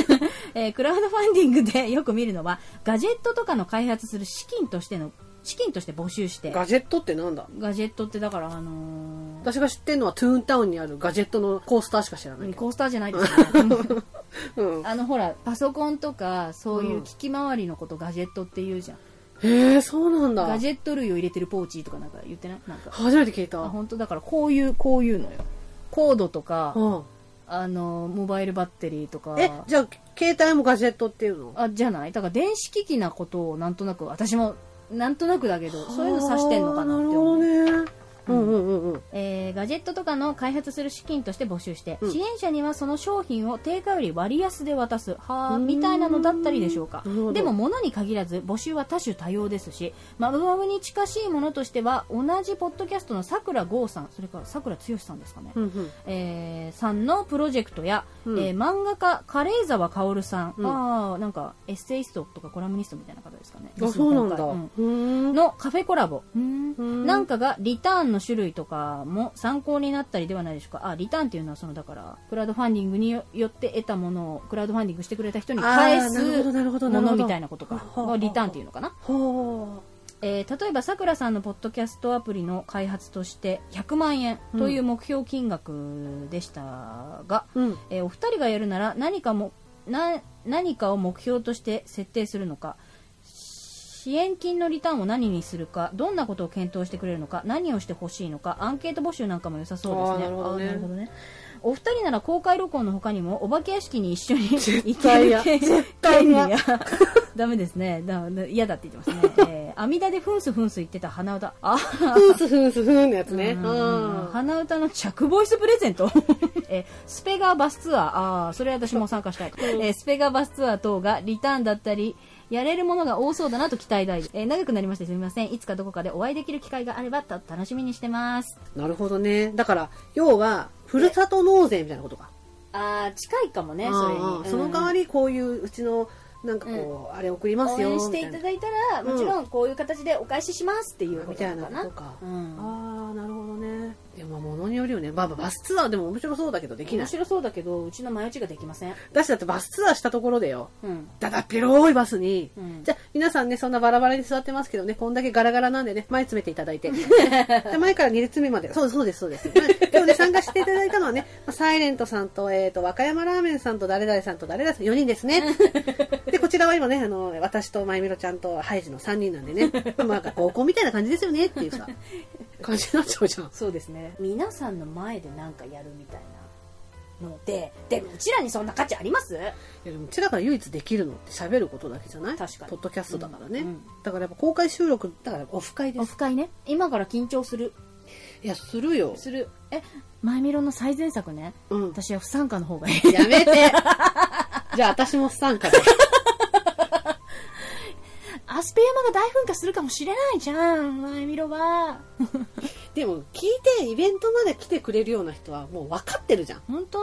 Speaker 2: えークラウドファンディングで よく見るのはガジェットとかの開発する資金としての資金として募集して
Speaker 1: ガジェットってなんだ
Speaker 2: ガジェットってだからあの
Speaker 1: 私が知ってるのはトゥーンタウンにあるガジェットのコースターしか知らない
Speaker 2: ー
Speaker 1: けど。
Speaker 2: コースターじゃないです よね
Speaker 1: うん。
Speaker 2: あのほらパソコンとかそういう
Speaker 1: うん
Speaker 2: 機器回りのことガジェットって言うじゃん、
Speaker 1: へえ、そうなんだ
Speaker 2: ガ。ジェット類を入れてるポーチとかなんか言ってないなんか
Speaker 1: 初めて聞い
Speaker 2: あ
Speaker 1: た。
Speaker 2: 本当だからこういうこういうのよコードとか、
Speaker 1: うん。
Speaker 2: あのーモバイルバッテリーとか
Speaker 1: え、じゃあ、携帯もガジェットっていうの
Speaker 2: あじゃないだから電子機器なことをなんとなく私もなんとなくだけどそういうの指してんのかなって思う
Speaker 1: あーなるほどね。うんうんうんうん。
Speaker 2: えーガジェットとかの開発する資金として募集して、
Speaker 1: うん
Speaker 2: 支援者にはその商品を定価より割安で渡すは
Speaker 1: う
Speaker 2: ー
Speaker 1: ーん
Speaker 2: みたいなのだったりでしょうか
Speaker 1: なるほど
Speaker 2: でも物に限らず募集は多種多様ですしマブマブに近しいものとしては同じポッドキャストのさくら剛さんそれからさくら剛さんですかね、
Speaker 1: うんうん。
Speaker 2: えーさんのプロジェクトや、
Speaker 1: うん
Speaker 2: えー漫画家カレーザワカオルさん、
Speaker 1: うん
Speaker 2: あーなんかエッセイストとかコラムニストみたいな方ですかね
Speaker 1: あ、そうなんだ。
Speaker 2: う
Speaker 1: うーん。
Speaker 2: のカフェコラボ
Speaker 1: ん
Speaker 2: なんかがリターンの種類とかも参考になったりではないでしょうかあリターンっていうのはそのだからクラウドファンディングによって得たものをクラウドファンディングしてくれた人に返
Speaker 1: あーなるほどなるほ
Speaker 2: す
Speaker 1: ど
Speaker 2: も
Speaker 1: なる
Speaker 2: の
Speaker 1: ほど
Speaker 2: みたいなことか
Speaker 1: ほうほうほ
Speaker 2: が
Speaker 1: う
Speaker 2: リターンっていうのかな、
Speaker 1: ほ
Speaker 2: えー例えばさくらさんのポッドキャストアプリの開発として100万円という目標金額でしたが、
Speaker 1: う。うん。
Speaker 2: えーお二人がやるなら何かもな何かを目標として設定するのか支援金のリターンを何にするかどんなことを検討してくれるのか何をしてほしいのかアンケート募集なんかも良さそうですね
Speaker 1: あーなるほどね
Speaker 2: あーねお二人なら公開録音の他にもお化け屋敷に一緒に行け
Speaker 1: 対
Speaker 2: る
Speaker 1: 嫌
Speaker 2: 権
Speaker 1: 対
Speaker 2: 利
Speaker 1: 嫌
Speaker 2: や ダメですねだ嫌だって言ってますね、えー、網田でふんすふんす言ってた鼻歌あ
Speaker 1: ふ
Speaker 2: ー
Speaker 1: んすふんすふんのやつね。
Speaker 2: うん
Speaker 1: あ
Speaker 2: 鼻歌の着ボイスプレゼント えスペガーバスツアーあーそれ私も参加したい、えスペガーバスツアー等がリターンだったりやれるものが多そうだなと期待大、えー長くなりましてすみませんいつかどこかでお会いできる機会があればと楽しみにしてます
Speaker 1: あ。なるほどね。だから、要は、ふるさと納税みたいなことか。
Speaker 2: あー近いかもね
Speaker 1: あ
Speaker 2: それに、
Speaker 1: ーその代わり、こういう、うちの、なんかこう、あれ送ります
Speaker 2: 応
Speaker 1: よ。
Speaker 2: 援していただいたら、
Speaker 1: みたいな
Speaker 2: もちろんこういう形でお返ししますっていうこ
Speaker 1: み
Speaker 2: と
Speaker 1: た
Speaker 2: か
Speaker 1: いな
Speaker 2: な
Speaker 1: ことか。
Speaker 2: うん
Speaker 1: ああなるほどねや、まあ、ものによるよね。まあ、まあバスツアーでも面白そうだけどできな
Speaker 2: 面
Speaker 1: い。
Speaker 2: 白そうだけど、うちの前打ちができません。
Speaker 1: 私だってバスツアーしたところでよ、
Speaker 2: うん。
Speaker 1: だだっ広いバスに、
Speaker 2: うん
Speaker 1: じゃあ皆さんね、そんなバラバラで座ってますけどね、こんだけガラガラなんでね、前詰めていただ いて。で前から2列目まで。そうですそうです、そうです。まあでもね、参加していただいたのはね、まあサイレントさんと、えっ、と、和歌山ラーメンさんと誰々さんと誰々さん、4人です ね。で、こちらは今ね、あの、私とまゆみろちゃんとハイジの3人なんで ね、まあなんか合コンみたいな感じですよねっていうさ、感じになっちゃうじゃん。
Speaker 2: そうですね。皆さんの前でなんかやるみたいなので、でもうちらにそんな価値あります
Speaker 1: いやでもうちらが唯一できるのって喋ることだけじゃない
Speaker 2: 確かに
Speaker 1: ポッドキャストだからね、
Speaker 2: うんうん
Speaker 1: だからやっぱ公開収録だからオフ会で
Speaker 2: オ
Speaker 1: す
Speaker 2: フ会ね。今から緊張する。
Speaker 1: いやするよ
Speaker 2: する。え、前見ろの最前作ね。
Speaker 1: うん
Speaker 2: 私は不参加の方 がいい。
Speaker 1: やめて じゃあ私も不参加で
Speaker 2: アスペ山が大噴火するかもしれないじゃん、前見ろは。
Speaker 1: でも聞いてイベントまで来てくれるような人はもう分かってるじゃん
Speaker 2: 本当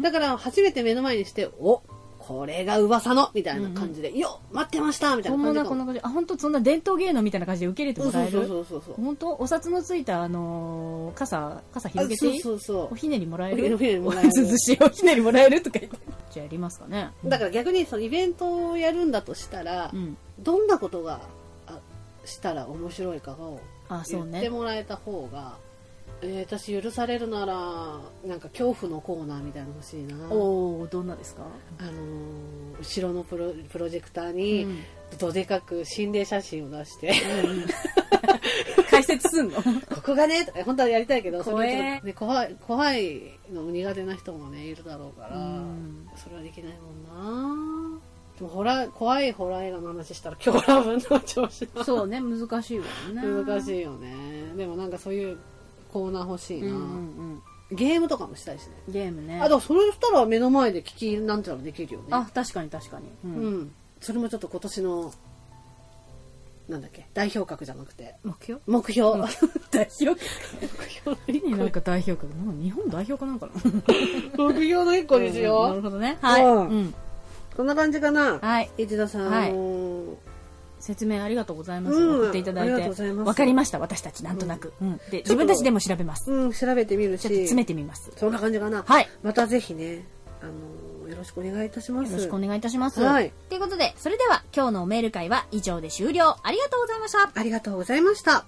Speaker 1: だから初めて目の前にしておこれが噂のみたいな感じで、よっ待ってましたみたいな感
Speaker 2: 本
Speaker 1: じか
Speaker 2: 物は
Speaker 1: も
Speaker 2: こんな感じ。あ、本当そんな伝統芸能みたいな感じで受け入れて
Speaker 1: そ
Speaker 2: も
Speaker 1: うそ
Speaker 2: ら
Speaker 1: う
Speaker 2: え
Speaker 1: そう
Speaker 2: る
Speaker 1: そうそうそう
Speaker 2: 本当お札のついた、あのー傘、傘広げて
Speaker 1: そ
Speaker 2: いうい
Speaker 1: そうそ
Speaker 2: おひねりもらえる
Speaker 1: おひねりも らえる
Speaker 2: お寿司おひねりもらえるとか言って。じゃあやりますかね。
Speaker 1: うだから逆にそのイベントをやるんだとしたら、
Speaker 2: うん。
Speaker 1: どんなことがあしたら面白いかを
Speaker 2: あ、そ
Speaker 1: 言
Speaker 2: う
Speaker 1: っ
Speaker 2: ね。
Speaker 1: てもらえた方が、えー私許されるならなんか恐怖のコーナーみたいなの欲しいな
Speaker 2: おおどんなですか、
Speaker 1: あのー後ろのプロプロジェクターに どでかく心霊写真を出して、
Speaker 2: 解説すんの
Speaker 1: ここがねとか本当はやりたいけどそれはちょっ
Speaker 2: 怖
Speaker 1: とね、怖
Speaker 2: え
Speaker 1: い怖いの苦手な人もねいるだろうから、
Speaker 2: うん
Speaker 1: それはできないもんなでもホラー怖いホラー映画の話したら今日ラブの調子だ
Speaker 2: そうね難しいわね
Speaker 1: 難
Speaker 2: い
Speaker 1: しいよねでもなんかそういうコーナー欲しいな、
Speaker 2: うんうん
Speaker 1: ゲームとかもしたいしね
Speaker 2: うん、ゲームね
Speaker 1: あだからそれしたら目の前で聞きなんちゃらできるよね
Speaker 2: あ確かに確かに、
Speaker 1: う
Speaker 2: う
Speaker 1: ん、
Speaker 2: ん
Speaker 1: それもちょっと今年のなんだっけ代表格じゃなくて
Speaker 2: 目標
Speaker 1: 目標、目
Speaker 2: 代表か
Speaker 1: 標の一個
Speaker 2: なんか代表かなんか日本代表かなんかな
Speaker 1: 目標の一個にし
Speaker 2: な
Speaker 1: よ
Speaker 2: るほどねはい、
Speaker 1: うん
Speaker 2: うん
Speaker 1: うこんな感じかな、
Speaker 2: はい
Speaker 1: 一田さん、
Speaker 2: はい
Speaker 1: あのー
Speaker 2: 説明ありがとうございます、
Speaker 1: うん
Speaker 2: 送っていただい
Speaker 1: ありが
Speaker 2: て
Speaker 1: とうございます
Speaker 2: わかりました私たちなんとなく、うんで自分たちでも調べます
Speaker 1: うん調べてみるし
Speaker 2: ちょっと詰めてみます
Speaker 1: そんな感じかな、
Speaker 2: はい
Speaker 1: またぜひね、あのーよろしくお願いいたします
Speaker 2: よろしくお願いいたします。
Speaker 1: はい
Speaker 2: ということで、それでは今日のメール会は以上で終了。ありがとうございました。
Speaker 1: ありがとうございました